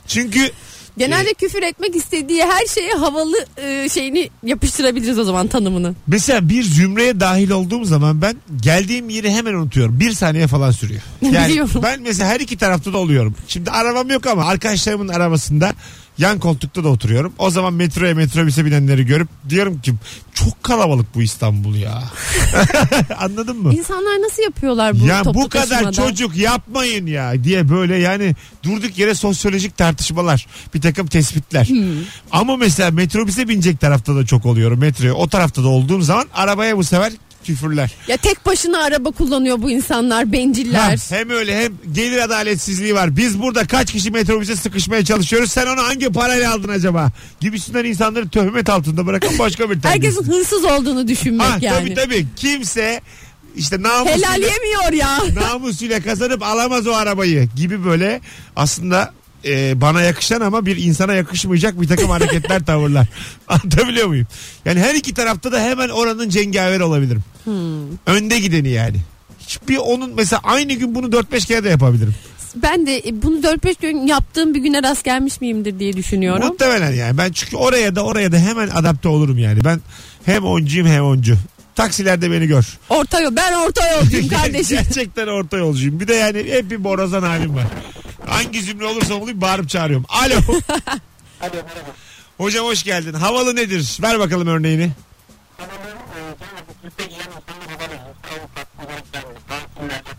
Speaker 2: Çünkü
Speaker 3: Genelde
Speaker 2: Şey-
Speaker 3: küfür etmek istediği her şeye havalı e, şeyini yapıştırabiliriz o zaman tanımını.
Speaker 2: Mesela bir zümreye dahil olduğum zaman ben geldiğim yeri hemen unutuyorum. Bir saniye falan sürüyor. Yani
Speaker 3: Biliyorum.
Speaker 2: ben mesela her iki tarafta da oluyorum. Şimdi arabam yok ama arkadaşlarımın arabasında yan koltukta da oturuyorum. O zaman metroya metrobüse binenleri görüp diyorum ki çok kalabalık bu İstanbul ya. [LAUGHS] Anladın mı?
Speaker 3: İnsanlar nasıl yapıyorlar bunu
Speaker 2: ya
Speaker 3: toplu
Speaker 2: bu kadar
Speaker 3: taşımada?
Speaker 2: çocuk yapmayın ya diye böyle yani durduk yere sosyolojik tartışmalar bir takım tespitler.
Speaker 3: Hmm.
Speaker 2: Ama mesela metrobüse binecek tarafta da çok oluyorum metroya o tarafta da olduğum zaman arabaya bu sefer küfürler.
Speaker 3: Ya tek başına araba kullanıyor bu insanlar benciller.
Speaker 2: Ha, hem öyle hem gelir adaletsizliği var. Biz burada kaç kişi metrobüse sıkışmaya çalışıyoruz sen onu hangi parayla aldın acaba? Gibisinden insanları töhmet altında bırakan başka bir
Speaker 3: Herkesin
Speaker 2: terbiyesiz.
Speaker 3: hırsız olduğunu düşünmek
Speaker 2: Ha,
Speaker 3: yani.
Speaker 2: Tabii tabii kimse işte namusuyla
Speaker 3: Helal yemiyor ya.
Speaker 2: namusuyla kazanıp alamaz o arabayı gibi böyle aslında e, bana yakışan ama bir insana yakışmayacak bir takım hareketler tavırlar. Anlatabiliyor muyum? Yani her iki tarafta da hemen oranın cengaver olabilirim. Önde gideni yani. Hiçbir onun mesela aynı gün bunu 4-5 kere de yapabilirim.
Speaker 3: Ben de e, bunu 4-5 gün yaptığım bir güne rast gelmiş miyimdir diye düşünüyorum.
Speaker 2: Muhtemelen yani. Ben çünkü oraya da oraya da hemen adapte olurum yani. Ben hem oncuyum hem oncu. Taksilerde beni gör.
Speaker 3: Orta yol. Ben orta
Speaker 2: [LAUGHS]
Speaker 3: yolcuyum kardeşim.
Speaker 2: Gerçekten orta yolcuyum. Bir de yani hep bir borazan halim var. Hangi zümre olursa olayım bağırıp çağırıyorum. Alo.
Speaker 3: [LAUGHS]
Speaker 5: Alo merhaba.
Speaker 2: Hocam hoş geldin. Havalı nedir? Ver bakalım örneğini.
Speaker 5: Havalı genelde Türkiye giyen insanlar havalı. Avrupa, Amerikan,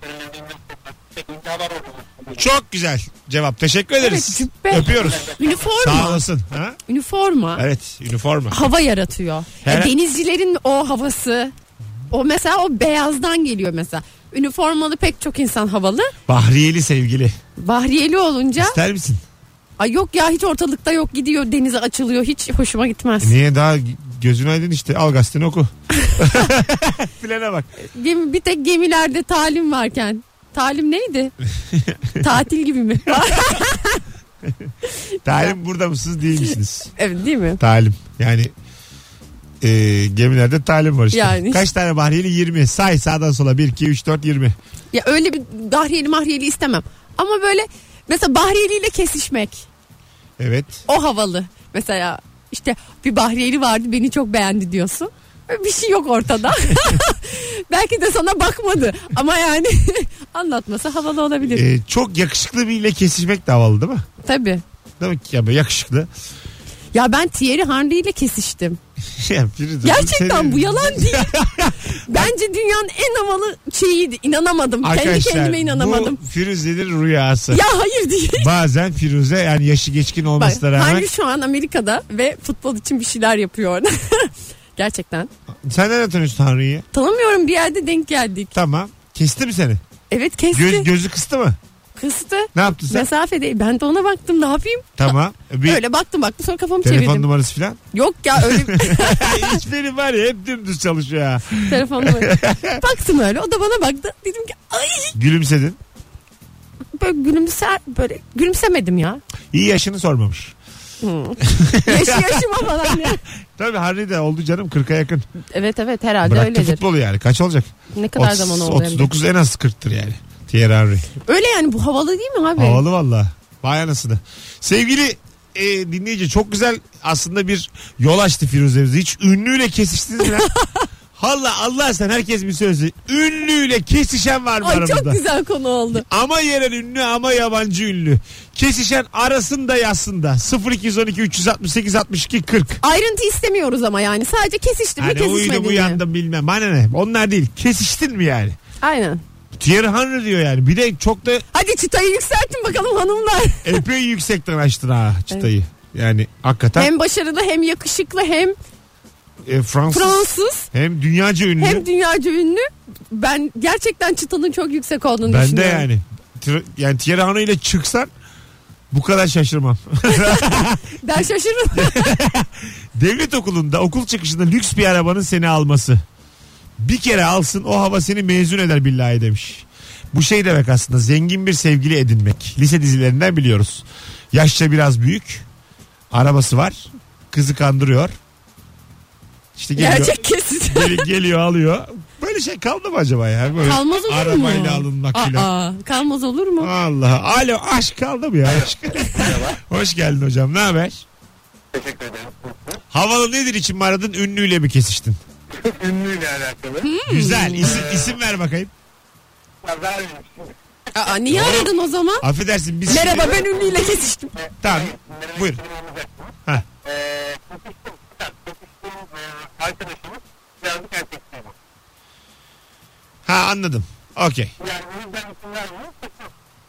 Speaker 5: Fransızlarca da Müslümanların en çok sokak. Peki haber olduğunu.
Speaker 2: Çok güzel cevap. Teşekkür ederiz.
Speaker 3: Evet, cübbe.
Speaker 2: Öpüyoruz. Sağ
Speaker 3: Üniforma.
Speaker 2: olasın. Ha?
Speaker 3: Üniforma.
Speaker 2: Evet üniforma.
Speaker 3: Hava yaratıyor.
Speaker 2: Her-
Speaker 3: Ya denizcilerin o havası. O mesela o beyazdan geliyor mesela. Üniformalı pek çok insan havalı.
Speaker 2: Bahriyeli sevgili.
Speaker 3: Bahriyeli olunca
Speaker 2: İster misin?
Speaker 3: ay yok ya hiç ortalıkta yok gidiyor denize açılıyor hiç hoşuma gitmez.
Speaker 2: Niye daha gözün aydın işte. Al gazeteni oku.
Speaker 3: [LAUGHS]
Speaker 2: [LAUGHS] Filene bak.
Speaker 3: Gemi, bir tek gemilerde talim varken. Talim neydi? Tatil gibi mi?
Speaker 2: Talim burada mısınız değil misiniz?
Speaker 3: evet değil mi?
Speaker 2: Talim. Yani e, gemilerde talim var işte.
Speaker 3: Yani.
Speaker 2: Kaç tane bahriyeli? 20. Say sağdan sola. 1, 2, 3, 4, 20.
Speaker 3: Ya öyle bir dahriyeli mahriyeli istemem. Ama böyle mesela bahriyeliyle kesişmek.
Speaker 2: Evet.
Speaker 3: O havalı. Mesela işte bir bahriyeli vardı beni çok beğendi diyorsun. Bir şey yok
Speaker 2: [LAUGHS]
Speaker 3: ortada. [LAUGHS] Belki de sana bakmadı. Ama yani [LAUGHS] anlatması havalı olabilir.
Speaker 2: E, çok yakışıklı biriyle kesişmek de havalı değil mi?
Speaker 3: Tabii.
Speaker 2: Değil mi? Ya böyle yakışıklı. [LAUGHS]
Speaker 3: Ya ben Thierry Henry ile kesiştim.
Speaker 2: Ya biri de-
Speaker 3: Gerçekten
Speaker 2: Senin-
Speaker 3: bu yalan
Speaker 2: [LAUGHS]
Speaker 3: değil. Bence dünyanın en havalı şeyiydi. İnanamadım. Kendi
Speaker 2: Arkadaşlar,
Speaker 3: kendime inanamadım.
Speaker 2: [LAUGHS] Bu Firuze'nin rüyası.
Speaker 3: Ya hayır değil.
Speaker 2: Bazen Firuze yani yaşı geçkin
Speaker 3: Bak,
Speaker 2: olmasına rağmen.
Speaker 3: Henry şu an Amerika'da ve futbol için bir şeyler yapıyor orada. [LAUGHS] Gerçekten.
Speaker 2: Sen nereden tanıyorsun Tanrı'yı?
Speaker 3: Tanımıyorum bir yerde denk geldik.
Speaker 2: Tamam. Kesti mi seni?
Speaker 3: Evet kesti.
Speaker 2: Göz, gözü kıstı mı?
Speaker 3: Kıstı.
Speaker 2: Ne yaptın sen?
Speaker 3: Mesafede. Ben de ona baktım ne yapayım?
Speaker 2: Tamam. Bir
Speaker 3: Öyle baktım baktım sonra kafamı
Speaker 2: telefon
Speaker 3: çevirdim.
Speaker 2: numarası
Speaker 3: [LAUGHS]
Speaker 2: filan.
Speaker 3: Yok ya
Speaker 2: [LAUGHS]
Speaker 3: [LAUGHS] öyle
Speaker 2: Hiçbiri var ya hep dümdüz çalışıyor ha.
Speaker 3: telefon numarası. baktım öyle o da bana baktı. Dedim ki ay
Speaker 2: Gülümsedin.
Speaker 3: böyle gülümser böyle gülümsemedim ya.
Speaker 2: İyi yaşını sormamış. [LAUGHS]
Speaker 3: Yaşı yaşıma falan ya.
Speaker 2: Tabii Harry de oldu canım 40'a yakın.
Speaker 3: Evet evet herhalde
Speaker 2: Bıraktı
Speaker 3: öyledir.
Speaker 2: futbolu yani. Kaç olacak?
Speaker 3: Ne kadar
Speaker 2: 30,
Speaker 3: zaman oldu hem de.
Speaker 2: 39 en az 40'tır yani. Thierry Henry.
Speaker 3: Öyle yani bu havalı değil mi abi?
Speaker 2: Havalı valla. Vay anasını. Sevgili e, dinleyici çok güzel aslında bir yol açtı Firuze bize. Hiç ünlüyle kesiştiniz mi?
Speaker 3: [LAUGHS]
Speaker 2: lan? Valla Allah sen herkes bir sözü. Ünlüyle kesişen var mı
Speaker 3: Ay
Speaker 2: aramızda?
Speaker 3: çok güzel konu oldu.
Speaker 2: Ama yerel ünlü ama yabancı ünlü. Kesişen arasında yazsında. 0212 368 62 40.
Speaker 3: Ayrıntı istemiyoruz ama yani sadece kesiştim mi
Speaker 2: Hani
Speaker 3: kesişmedin
Speaker 2: uyudum
Speaker 3: mi?
Speaker 2: uyandım bilmem. Bana ne? Onlar değil. Kesiştin mi yani?
Speaker 3: Aynen.
Speaker 2: Thierry Henry diyor yani. Bir de çok da
Speaker 3: Hadi çıtayı yükseltin bakalım hanımlar.
Speaker 2: epey [LAUGHS] yüksekten açtın ha çıtayı. Yani hakikaten.
Speaker 3: Hem başarılı hem yakışıklı hem
Speaker 2: e, Fransız,
Speaker 3: Fransız
Speaker 2: hem dünyaca ünlü.
Speaker 3: hem dünyaca ünlü. Ben gerçekten çıtanın çok yüksek olduğunu
Speaker 2: ben de
Speaker 3: düşünüyorum.
Speaker 2: yani. Tiro- yani Tijerano ile çıksan bu kadar şaşırmam.
Speaker 3: Ben şaşırırım.
Speaker 2: Devlet okulunda okul çıkışında lüks bir arabanın seni alması. Bir kere alsın o hava seni mezun eder billahi demiş. Bu şey demek aslında zengin bir sevgili edinmek. Lise dizilerinden biliyoruz. Yaşça biraz büyük. Arabası var. Kızı kandırıyor. İşte geliyor,
Speaker 3: Gerçek kesin.
Speaker 2: gel- geliyor alıyor. Böyle şey kaldı mı acaba ya? Böyle
Speaker 3: Kalmaz olur mu?
Speaker 2: arabayla alınmak filan.
Speaker 3: Aa, kalmaz olur mu?
Speaker 2: Allah. Alo aşk kaldı mı ya? Aşk. [LAUGHS] Hoş geldin hocam. Ne haber?
Speaker 5: Teşekkür ederim.
Speaker 2: Havalı nedir için mi aradın? Ünlüyle mi kesiştin?
Speaker 5: Ünlüyle alakalı.
Speaker 2: Güzel. İsim, isim ver bakayım.
Speaker 5: Ya vermeyeyim şimdi.
Speaker 3: Aa, niye aradın o zaman?
Speaker 2: Affedersin biz
Speaker 3: Merhaba ben ünlüyle kesiştim.
Speaker 2: Tamam. Buyur. Ha.
Speaker 5: Eee, Kokuştum. Ya, Kokuştum. eee, Ee, Arkadaşımız birazcık erkekliydi.
Speaker 2: Ha anladım. Okey.
Speaker 5: Yani o yüzden isim vermiyorum.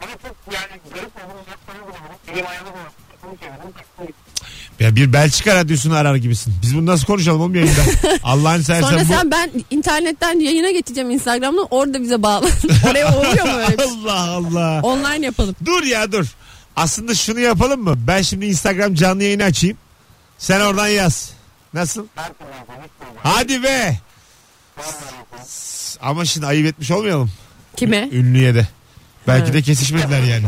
Speaker 5: Ama çok yani garip olduğunu yapmayı bulamadım. Elim ayağımı bulamadım. Bunu çevirdim. Kalktım gittim.
Speaker 2: Ya bir Belçika radyosunu arar gibisin. Biz bunu nasıl konuşalım oğlum
Speaker 3: [LAUGHS]
Speaker 2: yayında? Allah'ın seversen
Speaker 3: Sonra
Speaker 2: bu...
Speaker 3: sen ben internetten yayına geçeceğim Instagram'dan orada bize bağlan. [LAUGHS] Oraya oluyor mu öyle bir şey?
Speaker 2: Allah Allah.
Speaker 3: Online yapalım.
Speaker 2: Dur ya dur. Aslında şunu yapalım mı? Ben şimdi Instagram canlı yayını açayım. Sen oradan yaz. Nasıl? Hadi be. S- Ama şimdi ayıp etmiş olmayalım.
Speaker 3: Kime?
Speaker 2: Ünlüye de. Belki de kesişmediler yani.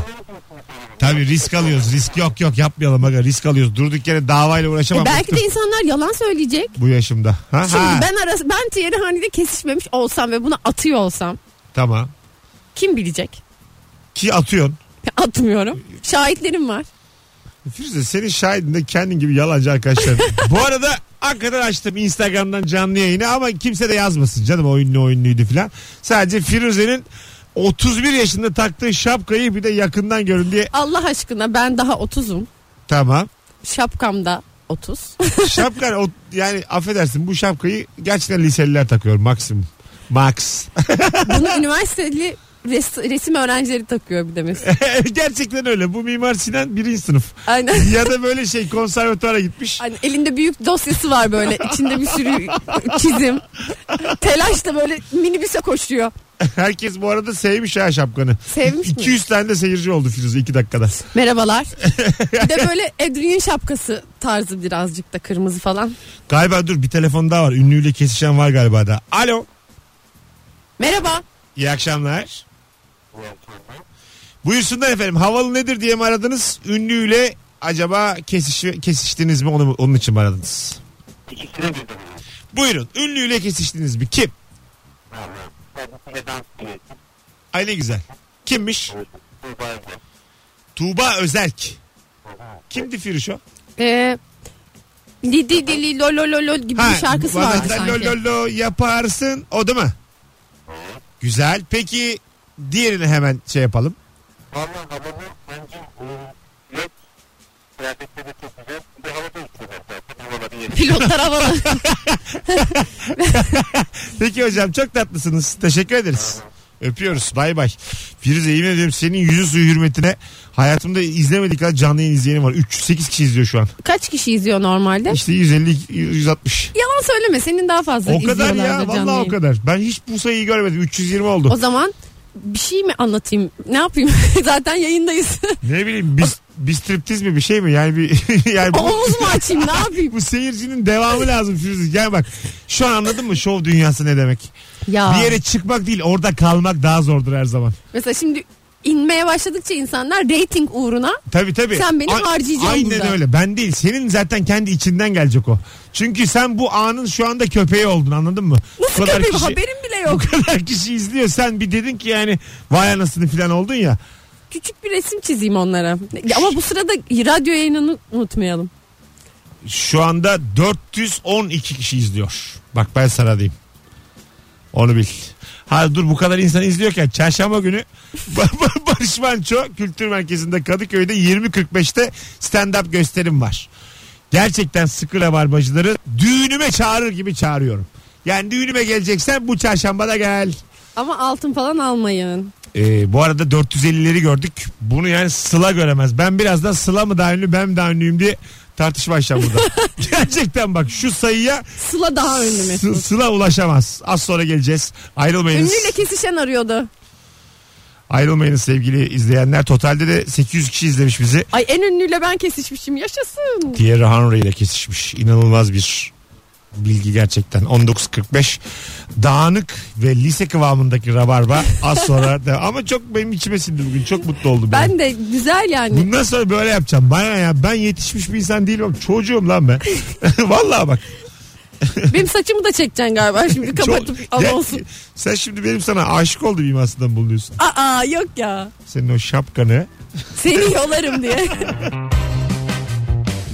Speaker 2: Tabii risk alıyoruz. Risk yok yok yapmayalım. Aga. Risk alıyoruz. Durduk yere davayla uğraşamam.
Speaker 3: E, belki
Speaker 2: Bıktım
Speaker 3: de insanlar yalan söyleyecek.
Speaker 2: Bu yaşımda. Ha,
Speaker 3: Şimdi
Speaker 2: ha.
Speaker 3: ben arası, ben Tiryani'de kesişmemiş olsam ve bunu atıyor olsam
Speaker 2: Tamam.
Speaker 3: kim bilecek?
Speaker 2: Ki atıyorsun. E,
Speaker 3: Atmıyorum. Şahitlerim var.
Speaker 2: Firuze senin şahidin de kendin gibi yalancı
Speaker 3: [LAUGHS]
Speaker 2: arkadaşlar. Bu arada hakikaten açtım Instagram'dan canlı yayını ama kimse de yazmasın canım o ünlü o ünlüydü falan. Sadece Firuze'nin 31 yaşında taktığı şapkayı bir de yakından görün diye.
Speaker 3: Allah aşkına ben daha 30'um.
Speaker 2: Tamam.
Speaker 3: Şapkamda 30.
Speaker 2: Şapka o, yani affedersin bu şapkayı gerçekten liseliler takıyor maksimum. Max.
Speaker 3: [LAUGHS] Bunu üniversiteli res- resim öğrencileri takıyor bir
Speaker 2: [LAUGHS]
Speaker 3: de mesela.
Speaker 2: [LAUGHS] gerçekten öyle. Bu Mimar Sinan birinci sınıf.
Speaker 3: Aynen.
Speaker 2: Ya da böyle şey konservatuara gitmiş.
Speaker 3: Hani elinde büyük dosyası var böyle. İçinde bir sürü çizim. Telaşla böyle minibüse koşuyor.
Speaker 2: Herkes bu arada sevmiş ha şapkanı.
Speaker 3: Sevmiş mi?
Speaker 2: 200 tane de seyirci oldu Firuze 2 dakikada.
Speaker 3: Merhabalar. Bir de böyle Edwin şapkası tarzı birazcık da kırmızı falan.
Speaker 2: Galiba dur bir telefon daha var. Ünlüyle kesişen var galiba da. Alo.
Speaker 3: Merhaba.
Speaker 2: İyi akşamlar. Buyursunlar efendim. Havalı nedir diye mi aradınız? Ünlüyle acaba kesiş, kesiştiniz mi? Onu, mu- onun için mi aradınız?
Speaker 5: İkisini dedim.
Speaker 2: Buyurun. Ünlüyle kesiştiniz mi? Kim?
Speaker 5: Vallahi. Ben de dans dinledim.
Speaker 2: Ay ne güzel. Kimmiş?
Speaker 5: Bu bayağı.
Speaker 2: Tuğba Özerk. Kimdi Firuşo?
Speaker 3: Ee, li di di li lo lo lo lo gibi bir şarkısı
Speaker 2: bana
Speaker 3: vardı
Speaker 2: sen
Speaker 3: sanki.
Speaker 2: lo lo lo yaparsın. O değil mi? Güzel. Peki diğerini hemen şey yapalım.
Speaker 5: Valla havalı bence e, yok. Kıyafetleri de çok güzel. Bir de havada uçuyor hatta. Havaları yeri.
Speaker 3: Pilotlar havalı.
Speaker 2: Peki hocam çok tatlısınız. Teşekkür ederiz. Öpüyoruz. Bay bay. Firuze yemin ediyorum senin yüzü suyu hürmetine hayatımda izlemedik kadar canlı yayın izleyenim var. 308 kişi izliyor şu an.
Speaker 3: Kaç kişi izliyor normalde?
Speaker 2: İşte 150 160.
Speaker 3: Yalan söyleme senin daha fazla
Speaker 2: O kadar ya
Speaker 3: izliyorlardır canlı
Speaker 2: vallahi o
Speaker 3: yayın.
Speaker 2: kadar. Ben hiç bu sayıyı görmedim. 320
Speaker 3: O
Speaker 2: oldu.
Speaker 3: zaman bir şey mi anlatayım? Ne yapayım? [LAUGHS]
Speaker 2: [LAUGHS]
Speaker 3: Zaten yayındayız.
Speaker 2: Ne bileyim biz biz striptiz mi bir şey mi? Yani bir [LAUGHS] yani bu,
Speaker 3: Omuz mu açayım ne
Speaker 2: [LAUGHS]
Speaker 3: yapayım?
Speaker 2: bu seyircinin devamı lazım Firuze. Gel bak. Şu an anladın mı şov dünyası ne demek?
Speaker 3: Ya.
Speaker 2: Bir yere çıkmak değil orada kalmak daha zordur her zaman.
Speaker 3: Mesela şimdi inmeye başladıkça insanlar reyting uğruna
Speaker 2: Tabii tabii.
Speaker 3: Sen beni harcayacaksın
Speaker 2: Aynen
Speaker 3: burada.
Speaker 2: öyle. Ben değil. Senin zaten kendi içinden gelecek o. Çünkü sen bu anın şu anda köpeği oldun anladın mı?
Speaker 3: nasıl
Speaker 2: Bu kadar
Speaker 3: köpeğim
Speaker 2: kişi-
Speaker 3: haberim bile
Speaker 2: [LAUGHS] Bu
Speaker 3: yok.
Speaker 2: kadar kişi izliyor. Sen bir dedin ki yani vay anasını falan oldun ya.
Speaker 3: Küçük bir resim çizeyim onlara. Ya Ama bu sırada radyo yayınını unutmayalım.
Speaker 2: Şu anda 412 kişi izliyor. Bak ben sana diyeyim. Onu bil. Ha dur bu kadar insan izliyorken çarşamba günü [LAUGHS] Barış Manço Kültür Merkezi'nde Kadıköy'de 20.45'te stand-up gösterim var. Gerçekten sıkı rabarbacıları düğünüme çağırır gibi çağırıyorum. Yani düğünüme geleceksen bu çarşamba da gel.
Speaker 3: Ama altın falan almayın.
Speaker 2: Ee, bu arada 450'leri gördük. Bunu yani Sıla göremez. Ben birazdan Sıla mı daha ünlü ben mi daha ünlüyüm diye tartışma açacağım
Speaker 3: [LAUGHS]
Speaker 2: burada. Gerçekten bak şu sayıya
Speaker 3: Sıla daha ünlü
Speaker 2: Sı-
Speaker 3: Mesut.
Speaker 2: Sıla ulaşamaz. Az sonra geleceğiz. Ayrılmayınız.
Speaker 3: Ünlüyle kesişen arıyordu.
Speaker 2: Ayrılmayınız sevgili izleyenler. Totalde de 800 kişi izlemiş bizi.
Speaker 3: Ay en ünlüyle ben kesişmişim yaşasın.
Speaker 2: Thierry Henry ile kesişmiş. İnanılmaz bir bilgi gerçekten. 19.45 dağınık ve lise kıvamındaki rabarba az
Speaker 3: [LAUGHS]
Speaker 2: sonra. da- Ama çok benim içime sindi bugün. Çok mutlu oldum.
Speaker 3: Ben de güzel yani.
Speaker 2: Bundan sonra böyle yapacağım. Bana ya ben yetişmiş bir insan değilim. Çocuğum lan ben. [LAUGHS] Vallahi bak.
Speaker 3: Benim saçımı da çekeceksin galiba
Speaker 2: [LAUGHS]
Speaker 3: şimdi kapatıp
Speaker 2: Ço-
Speaker 3: ama
Speaker 2: Ya,
Speaker 3: olsun.
Speaker 2: Sen şimdi benim sana aşık olduğum imasından bulunuyorsun.
Speaker 3: Aa yok ya.
Speaker 2: Senin o şapkanı.
Speaker 3: Seni
Speaker 2: [LAUGHS]
Speaker 3: yolarım diye.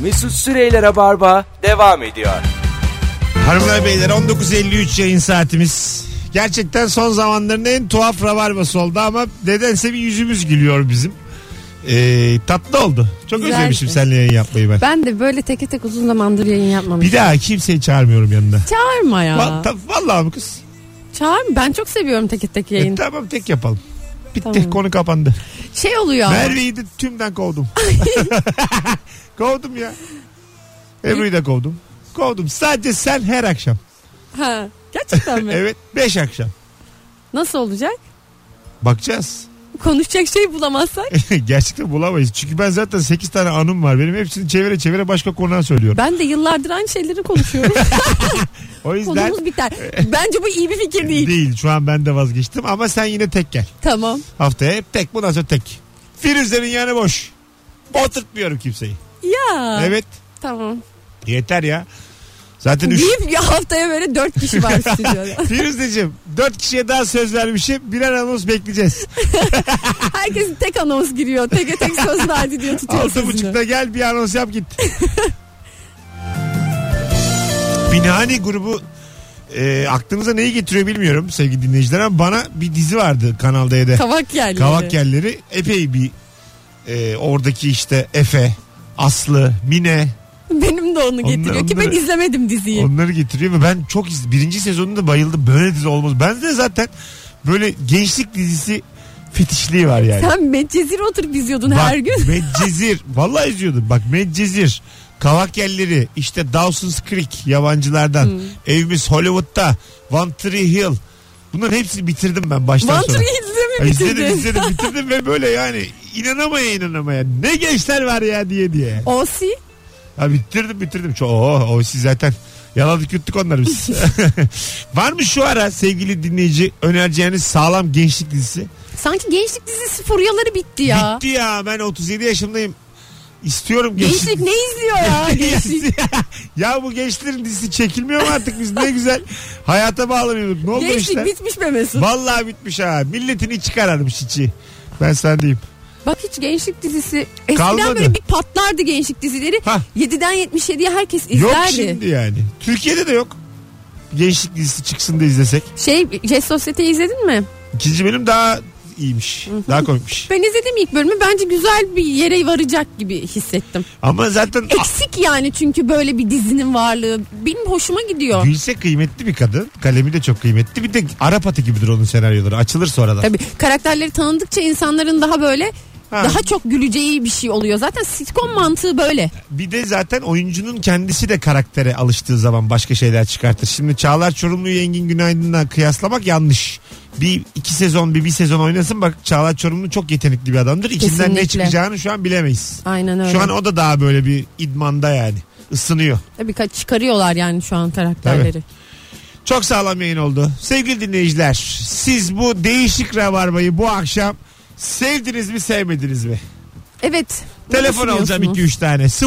Speaker 1: Mesut Süreyler'e barba devam ediyor.
Speaker 2: Hanımlar beyler 19.53 yayın saatimiz. Gerçekten son zamanların en tuhaf rabarbası oldu ama nedense bir yüzümüz gülüyor bizim. Ee, tatlı oldu. Çok
Speaker 3: Güzel.
Speaker 2: özlemişim seninle yayın yapmayı ben.
Speaker 3: ben de böyle teke tek uzun zamandır yayın yapmamışım.
Speaker 2: Bir daha kimseyi çağırmıyorum yanına.
Speaker 3: Çağırma ya.
Speaker 2: Va- ta- Vallahi mı kız?
Speaker 3: Çağırma. Ben çok seviyorum teke tek
Speaker 2: E,
Speaker 3: yayın.
Speaker 2: tamam tek yapalım. Bitti
Speaker 3: Tamam.
Speaker 2: konu kapandı.
Speaker 3: Şey oluyor. ama.
Speaker 2: Merve'yi de tümden
Speaker 3: [LAUGHS]
Speaker 2: kovdum. kovdum ya. Ebru'yu da kovdum. Kovdum. Sadece sen her akşam.
Speaker 3: Ha, gerçekten mi?
Speaker 2: [LAUGHS] Evet. Beş akşam.
Speaker 3: Nasıl olacak?
Speaker 2: Bakacağız. [LAUGHS]
Speaker 3: Konuşacak şey bulamazsak.
Speaker 2: Gerçekten bulamayız. Çünkü ben zaten 8 tane anım var. Benim hepsini çevire çevire başka konuğa söylüyorum.
Speaker 3: Ben de yıllardır
Speaker 2: [LAUGHS]
Speaker 3: aynı şeyleri konuşuyorum.
Speaker 2: O yüzden
Speaker 3: Konumuz biter. Bence bu iyi bir fikir değil.
Speaker 2: değil. Şu an ben de vazgeçtim ama sen yine tek gel.
Speaker 3: Tamam.
Speaker 2: Haftaya hep tek bundan sonra tek. Firuze'nin yanı boş. Oturtmuyorum kimseyi.
Speaker 3: Ya.
Speaker 2: Evet.
Speaker 3: Tamam.
Speaker 2: Yeter ya. Zaten 3
Speaker 3: Deyip ya haftaya böyle dört
Speaker 2: [LAUGHS]
Speaker 3: kişi var stüdyoda.
Speaker 2: Firuzeciğim dört kişiye daha söz vermişim. Birer anons bekleyeceğiz.
Speaker 3: Herkes tek anons giriyor.
Speaker 2: [LAUGHS]
Speaker 3: Tek tek söz verdi diyor tutuyor
Speaker 2: Altı
Speaker 3: sözünü.
Speaker 2: buçukta gel bir anons yap git. Binani grubu e, aklınıza neyi getiriyor bilmiyorum sevgili dinleyiciler ama bana bir dizi vardı Kanal D'de.
Speaker 3: Kavak yerleri.
Speaker 2: Kavak yerleri epey bir e, oradaki işte Efe, Aslı, Mine
Speaker 3: Benim de onu getiriyor ki ben
Speaker 2: onları-
Speaker 3: izlemedim diziyi.
Speaker 2: onları getiriyor ve ben çok iz- birinci sezonunda bayıldım böyle dizi olmaz. Ben de zaten böyle gençlik dizisi fetişliği var yani.
Speaker 3: Sen Medcezir'e oturup izliyordun
Speaker 2: Bak, şey
Speaker 3: her gün.
Speaker 2: Medcezir. Vallahi izliyordum. Bak Medcezir. Kavak yerleri. işte Dawson's Creek yabancılardan.
Speaker 3: Hmm.
Speaker 2: Evimiz Hollywood'da. One Tree Hill. Bunların hepsini bitirdim ben baştan
Speaker 3: One
Speaker 2: sona.
Speaker 3: Tree Hills'i
Speaker 2: Ha,
Speaker 3: mi
Speaker 2: E, izledim
Speaker 3: bitirdin?
Speaker 2: izledim bitirdim ve böyle yani inanamaya inanamaya ne gençler var ya diye diye.
Speaker 3: O.C.
Speaker 2: Ha, bitirdim bitirdim. Çok, o, o siz zaten yaladık yuttuk onları
Speaker 3: [LAUGHS]
Speaker 2: biz. var mı şu ara sevgili dinleyici önereceğiniz sağlam gençlik dizisi?
Speaker 3: Sanki gençlik dizisi furyaları bitti ya.
Speaker 2: Bitti ya ben 37 yaşındayım. İstiyorum gençlik.
Speaker 3: Gençlik ne
Speaker 2: [LAUGHS]
Speaker 3: izliyor ya gençlik?
Speaker 2: ya bu gençlerin dizisi çekilmiyor mu artık biz ne güzel hayata bağlanıyorduk. Ne oldu
Speaker 3: gençlik
Speaker 2: işte?
Speaker 3: bitmiş be Mesut.
Speaker 2: Vallahi bitmiş ha. Milletin içi kararmış içi. Ben sen diyeyim.
Speaker 3: Bak hiç gençlik dizisi eskiden
Speaker 2: Kalmadı.
Speaker 3: böyle bir patlardı gençlik dizileri.
Speaker 2: Hah.
Speaker 3: 7'den 77'ye herkes
Speaker 2: Yok
Speaker 3: izlerdi.
Speaker 2: şimdi yani. Türkiye'de de yok. Gençlik dizisi çıksın da izlesek.
Speaker 3: Şey Jet Sosyete'yi izledin mi?
Speaker 2: İkinci bölüm daha iyiymiş. Daha komikmiş.
Speaker 3: Ben izledim ilk bölümü. Bence güzel bir yere varacak gibi hissettim.
Speaker 2: Ama zaten a-
Speaker 3: Eksik yani çünkü böyle bir dizinin varlığı. Benim hoşuma gidiyor.
Speaker 2: Gülse kıymetli bir kadın. Kalemi de çok kıymetli. Bir de Arap atı gibidir onun senaryoları. Açılır sonradan.
Speaker 3: Tabii karakterleri tanıdıkça insanların daha böyle
Speaker 2: Ha.
Speaker 3: daha çok güleceği bir şey oluyor. Zaten sitcom mantığı böyle.
Speaker 2: Bir de zaten oyuncunun kendisi de karaktere alıştığı zaman başka şeyler çıkartır. Şimdi Çağlar Çorumlu'yu Engin Günaydın'la kıyaslamak yanlış. Bir iki sezon bir bir sezon oynasın bak Çağlar Çorumlu çok yetenekli bir adamdır. İçinden ne
Speaker 3: Kesinlikle.
Speaker 2: çıkacağını şu an bilemeyiz.
Speaker 3: Aynen öyle.
Speaker 2: Şu an o da daha böyle bir idmanda yani ısınıyor.
Speaker 3: Tabii ka- çıkarıyorlar yani şu an karakterleri.
Speaker 2: Çok sağlam yayın oldu. Sevgili dinleyiciler siz bu değişik rabarbayı bu akşam sevdiniz mi sevmediniz mi?
Speaker 3: Evet. ne
Speaker 2: Telefon alacağım
Speaker 3: düşünüyorsunuz?
Speaker 2: 2-3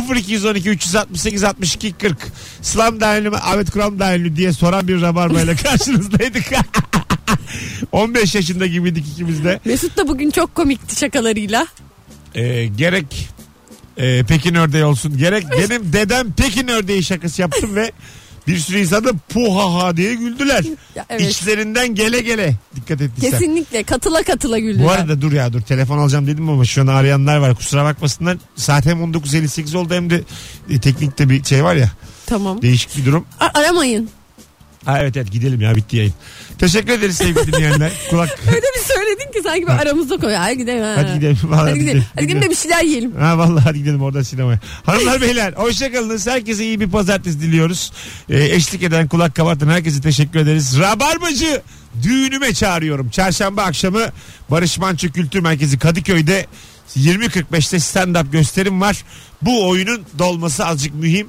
Speaker 2: tane. 0212 368 62 40. Slam dahil mi Ahmet Kuram dahil mi diye soran bir rabarbayla [LAUGHS] karşınızdaydık. 15 yaşında gibiydik ikimiz de.
Speaker 3: Mesut da bugün çok komikti şakalarıyla.
Speaker 2: Ee, gerek e, Pekin ördeği olsun gerek benim dedem Pekin ördeği şakası yaptım ve bir sürü insan da puhaha diye güldüler.
Speaker 3: Ya, evet.
Speaker 2: İçlerinden gele gele dikkat ettiysen.
Speaker 3: Kesinlikle katıla katıla güldüler.
Speaker 2: Bu arada dur ya dur telefon alacağım dedim ama şu an arayanlar var kusura bakmasınlar. Saat hem 19.58 oldu hem de e, teknikte bir şey var ya
Speaker 3: Tamam.
Speaker 2: değişik bir durum.
Speaker 3: A- aramayın.
Speaker 2: Ha, evet evet gidelim ya bitti yayın. Teşekkür ederiz sevgili dinleyenler. [LAUGHS] Kulak.
Speaker 3: Öyle bir söyledin ki sanki ben aramızda koy. Hadi gidelim. ha.
Speaker 2: Hadi gidelim. Vallahi
Speaker 3: Hadi gidelim. Hadi gidelim de
Speaker 2: gidelim.
Speaker 3: bir şeyler yiyelim.
Speaker 2: Ha vallahi hadi gidelim oradan sinemaya. Hanımlar beyler hoşçakalınız. Herkese iyi bir pazartesi diliyoruz. Ee, eşlik eden kulak kabartan herkese teşekkür ederiz. Rabarbacı düğünüme çağırıyorum. Çarşamba akşamı Barış Manço Kültür Merkezi Kadıköy'de 20.45'te stand-up gösterim var. Bu oyunun dolması azıcık mühim.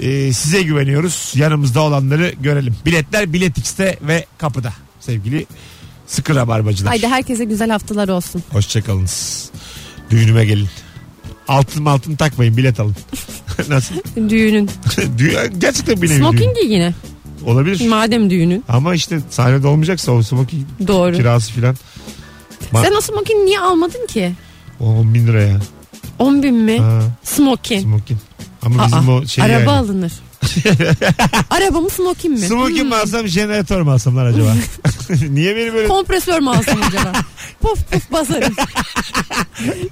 Speaker 2: Ee, size güveniyoruz. Yanımızda olanları görelim. Biletler Bilet X'te ve kapıda sevgili sıkı rabarbacılar.
Speaker 3: Haydi herkese güzel haftalar olsun.
Speaker 2: Hoşçakalınız. Düğünüme gelin. Altın altın takmayın bilet alın. [LAUGHS] Nasıl?
Speaker 3: Düğünün.
Speaker 2: Düğün, gerçekten bir nevi düğün.
Speaker 3: Smoking giy yine.
Speaker 2: Olabilir.
Speaker 3: Madem düğünün.
Speaker 2: Ama işte sahnede olmayacaksa o smoking
Speaker 3: Doğru.
Speaker 2: kirası filan. Ma-
Speaker 3: Sen o smoking niye almadın ki?
Speaker 2: O 10 bin liraya.
Speaker 3: 10 bin mi?
Speaker 2: Ha,
Speaker 3: Smoking.
Speaker 2: smoking. Ama bizim
Speaker 3: E. Aa,
Speaker 2: o şey
Speaker 3: araba
Speaker 2: yani. [LAUGHS]
Speaker 3: alınır. araba mı smoking mi? Hmm.
Speaker 2: Smoking mi alsam jeneratör mü alsam lan acaba? [LAUGHS] Niye beni böyle
Speaker 3: Kompresör mü alsam
Speaker 2: [LAUGHS]
Speaker 3: acaba? Puf puf basarım.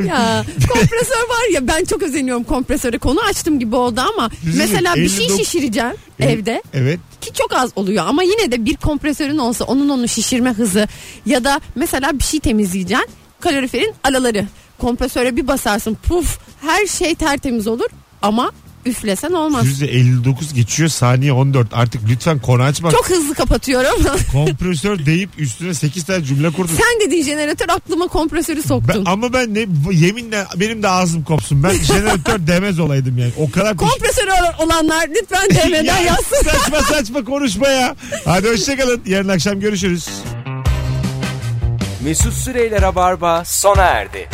Speaker 3: ya kompresör var ya ben çok özeniyorum kompresöre. Konu açtım gibi oldu ama
Speaker 2: Bizim
Speaker 3: mesela bir şey
Speaker 2: 59
Speaker 3: şişireceğim
Speaker 2: Evet.
Speaker 3: evde
Speaker 2: Evet.
Speaker 3: ki çok az oluyor ama yine de bir kompresörün olsa onun onu şişirme hızı ya da mesela bir şey temizleyeceksin kaloriferin araları kompresöre bir basarsın puf her şey tertemiz olur ama üflesen olmaz.
Speaker 2: %59 geçiyor saniye 14. Artık lütfen konu açma.
Speaker 3: Çok hızlı kapatıyorum. [LAUGHS]
Speaker 2: Kompresör deyip üstüne 8 tane cümle kurdun.
Speaker 3: Sen dediğin jeneratör aklıma kompresörü
Speaker 2: Ben-
Speaker 3: soktun.
Speaker 2: ama ben ne bu- yeminle benim de ağzım kopsun. Ben jeneratör demez olaydım yani. O kadar konuş-
Speaker 3: Kompresörü olan- olanlar
Speaker 2: [LAUGHS]
Speaker 3: lütfen DM'den
Speaker 2: Ya,
Speaker 3: yazsın.
Speaker 2: Saçma saçma konuşma ya. Hadi hoşçakalın. Yarın akşam görüşürüz.
Speaker 1: Mesut Süreyler'e barba sona erdi.